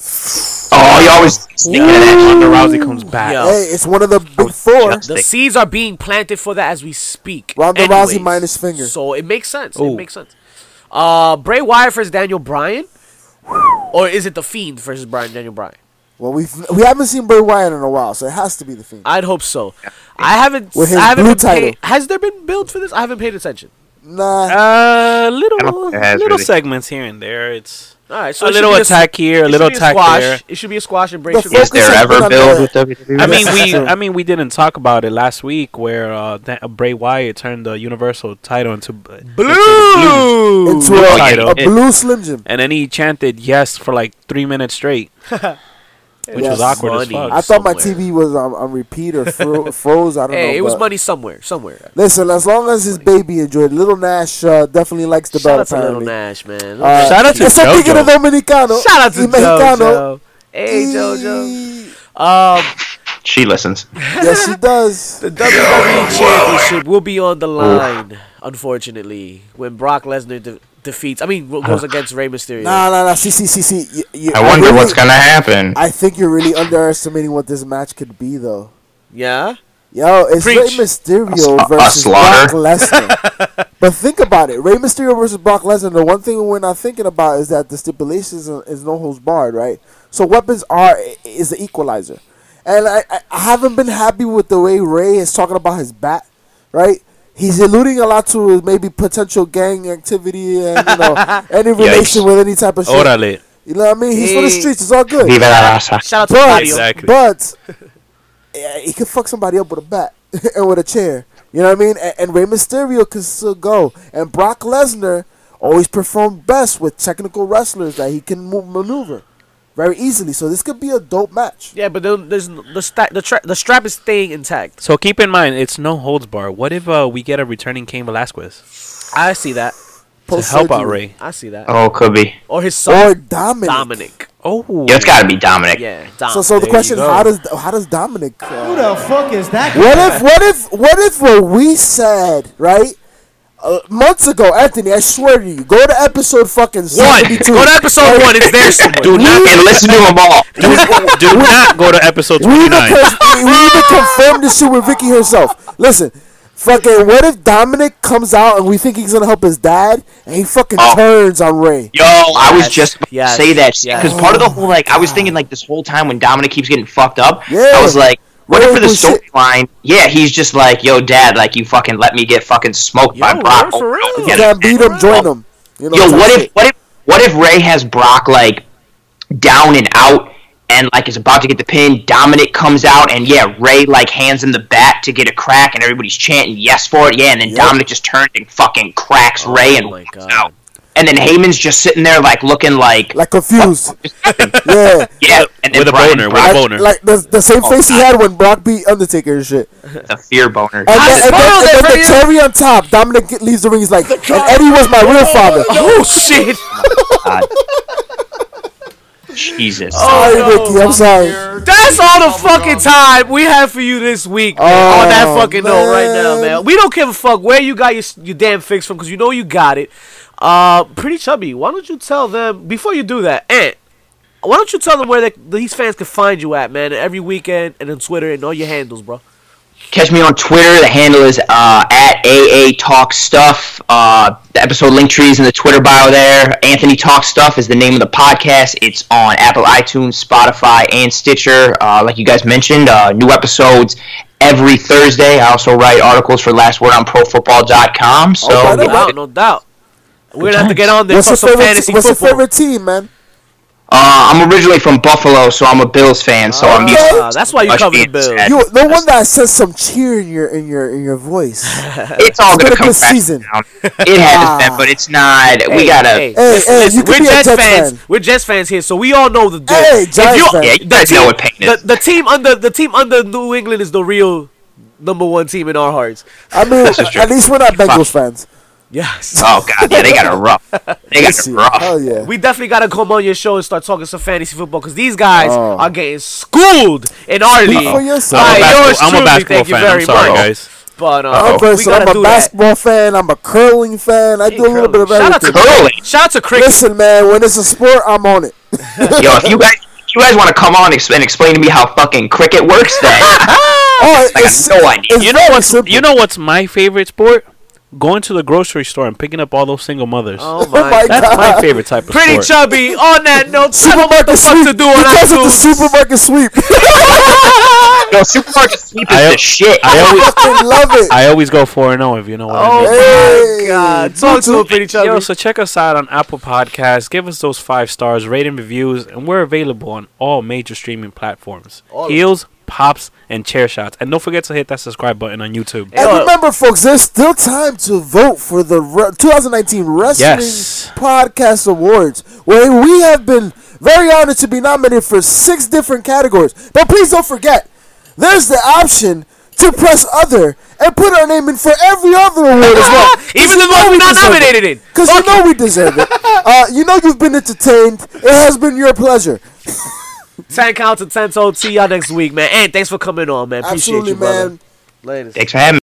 Oh, y'all was thinking of that.
Ronda Rousey comes back.
Yo.
Hey, it's one of the big four.
just-
The seeds are being planted for that as we speak.
Ronda Rousey
anyways.
minus finger.
So it makes sense. It
Ooh.
makes sense. Uh, Bray Wyatt versus Daniel Bryan, or is it the Fiend versus Brian Daniel Bryan?
Well, we've we haven't seen Bray Wyatt in a while, so it has to be the Fiend.
I'd hope so. I haven't.
With his
I haven't
blue
been pay-
title.
has there been build for this? I haven't paid attention.
Nah.
Uh,
I
little
don't think it has
little
really.
segments here and there. It's
All right. So
a
it should
little
be s-
attack here, a
it should
little
be
attack
squash.
there.
It should be a squash and Bray
The
should
fuck
go.
Is there
Focus on
ever
the-
build with WWE?
I mean, we
True.
I mean we didn't talk about it last week where uh, da- uh, Bray Wyatt turned the Universal title into blue,
into
blue
a,
title,
a blue Slim Jim.
and then he chanted yes for like three minutes straight. which
Yes.
was awkward
Money.
as
I
fuck.
thought my
somewhere.
TV was on, on repeat or fro- froze. I don't know.
Hey, it was
but-
money somewhere, somewhere.
Listen, as long as his baby enjoyed, Little Nash uh, definitely likes the
Shout
belt.
out to Little
Apparently,
Nash, man. Little
Uh,
Shout out to
estoy
JoJo.
tigre dominicano.
Shout out to
y
JoJo.
mexicano.
Hey, JoJo.
Y-
Um,
She listens.
Yes, she does.
the WWE Championship will be on the line, unfortunately, when Brock Lesnar de- defeats. I mean, w- goes against Rey Mysterio.
Nah, nah, nah. See, see, see, see. You, you,
I wonder
really-
what's gonna happen.
I think you're really underestimating what this match could be, though.
Yeah.
Yo, it's Rey
Preach.
Mysterio
A- a
versus Brock
slaughter.
Lesnar. but think about it, Rey Mysterio versus Brock Lesnar. The one thing we're not thinking about is that the stipulations is, is no holds barred, right? So weapons are is the equalizer, and I, I- I haven't been happy with the way Ray is talking about his bat, right? He's alluding a lot to maybe potential gang activity and you know any relation with any type of shit.
Orale.
You know what I mean? He's for the
Hey.
streets. It's all good.
Viva la raza.
Shout out to
But,
Mario.
Exactly.
but eh, he could fuck somebody up with a bat and with a chair. You know what I mean? And, and Rey Mysterio can still go. And Brock Lesnar always performed best with technical wrestlers that he can move, maneuver very easily. So this could be a dope match.
Yeah, but then there's n- the sta- the tra- the strap is staying intact.
So keep in mind, it's no holds bar. What if uh, we get a returning Cain Velasquez
I see that.
to help out Ray?
I see that.
Oh, could be.
Or his son
Or Dominic.
Dominic.
Oh,
Yeah, it's gotta be Dominic.
Yeah, Dom.
So, so the
There you
question:
go.
How does how does Dominic? uh,
Who the fuck is that?
What if what if what if what we said right uh, months ago, Anthony? I swear to you, go to episode fucking
one?
seventy-two.
Go to episode one. It's there somewhere.
Do not and listen to them all.
do not go to episode
We need, to
29.
con- we need to confirm this shit with Vicky herself. Listen, fucking, what if Dominic comes out and we think he's gonna help his dad, and he fucking
Oh.
turns on Ray?
Yo, I was
Yes,
just about to
yes,
say that because
yes.
part of the whole like I was thinking like this whole time when Dominic keeps getting fucked up,
Yeah.
I was like, what
Right,
if for the
well, shit.
storyline? Yeah, he's just like, yo, dad, like you fucking let me get fucking smoked by
Yo,
Brock.
word for real.
Oh,
You
yeah.
can't beat him, join him. You know
Yo,
type
what
shit.
if what if what if Ray has Brock like down and out and like is about to get the pin? Dominic comes out and yeah, Ray like hands him the bat to get a crack and everybody's chanting yes for it, yeah, and then
Yep.
Dominic just turns and fucking cracks Ray and
my
walks
God.
out. And then Heyman's just sitting there like looking like,
like confused? yeah.
yeah, and then
With a
Brian
boner, with
Brock
a
I-
boner.
like the, the same
Oh,
face he had when Brock beat Undertaker and shit.
with a fear boner.
And
I
then, and then,
spoiled it
and
for
then the
you.
cherry on top, Dominic get- leaves the ring. He's like, and Eddie was my real father.
Oh shit!
God. Jesus.
sorry,
no,
Ricky. I'm sorry.
That's all the fucking time we have for you this week man,
Oh,
on that fucking note right now,
man.
man. We don't give a fuck where you got your, s- your damn fix from because you know you got it. Uh, pretty chubby. Why don't you tell them before you do that, Ant? Why don't you tell them where they, these fans can find you at, man? Every weekend and on Twitter and all your handles, bro.
Catch me on Twitter. The handle is uh, at AA Talk Stuff. Uh, the episode link tree is in the Twitter bio there. Anthony Talk Stuff is the name of the podcast. It's on Apple, iTunes, Spotify, and Stitcher. Uh, like you guys mentioned, uh, new episodes every Thursday. I also write articles for Last Word on ProFootball.com. So
Oh,
No
by the
you know,
doubt, no doubt. We're gonna have to get on there
What's
for
your
some
favorite?
fantasy
what's your
football.
favorite team, man?
Uh, I'm originally from Buffalo, so I'm a Bills fan. So I'm used to
Ah, that's why you
Must
cover
be
the bill.
sad.
You, no wonder I sense some cheer in your in your in your voice.
it's all
Oh. been
gonna
a
come
good
back
season. Ah.
down. It has been, but it's not. we gotta.
Hey, hey, you could
we're
be a
Jets
Jets
fans.
fan.
We're Jets fans here, so we all know the deal.
Hey,
If
Giants
you-
fan.
Yeah, you guys know what pain
the,
is.
the team under the team under New England is the real number one team in our hearts.
I mean,
is true.
at least we're not Bengals fans.
Yes.
Oh god, yeah, they got it rough. They got
This
it
year.
rough.
Hell yeah.
We definitely gotta come on your show and start talking some fantasy football because these guys
Oh.
are getting schooled in our league.
for yourself.
All
I'm,
right,
a
yours
basketball, I'm a
truly,
basketball
thank you
fan. I'm
very
sorry,
much.
guys.
But uh,
I'm
we
versatile.
gotta
I'm a
do that.
basketball fan. I'm a curling fan. I do a little bit of
Shout out to
everything.
Curling.
Shout out to cricket.
Listen, man, when it's a sport, I'm on it.
Yo, if you guys, if you guys want to come on ex- and explain to me how fucking cricket works, then
Oh,
I
it's,
got no idea.
it's
You know
very
what's
simple.
you know what's my favorite sport? Going to the grocery store and picking up all those single mothers.
Oh
Oh my
my god.
That's my favorite type of
Pretty
sport.
chubby. On that note, tell them what the
Supermarket
fuck
sweep.
to do on
Because of the
iTunes.
supermarket sweep.
Yo, supermarket sweep is
I-
the shit.
I always
I love it.
I always go four and zero if you know what I mean.
Oh
Hey,
my god. Talk to him, pretty chubby.
Yo, so check us out on Apple Podcasts. Give us those five stars, rate and reviews, and we're available on all major streaming platforms.
of
Heels, pops, and chair shots. And don't forget to hit that subscribe button on YouTube.
Hey,
And
yo,
remember, folks, there's still time to vote for the re- 2019 Wrestling
Yes.
Podcast Awards, where we have been Very honored to be nominated for six different categories. But please don't forget, there's the option to press other and put our name in for every other award as well. 'Cause
Even
you
the ones
know we
not
deserve it.
nominated in.
Because you know we deserve it. Uh, you know you've been entertained. It has been your pleasure.
10 counts and 10 told. See y'all next week, man. And thanks for coming on, man. Appreciate
Absolutely,
you, brother.
man.
Latest.
Thanks for having me.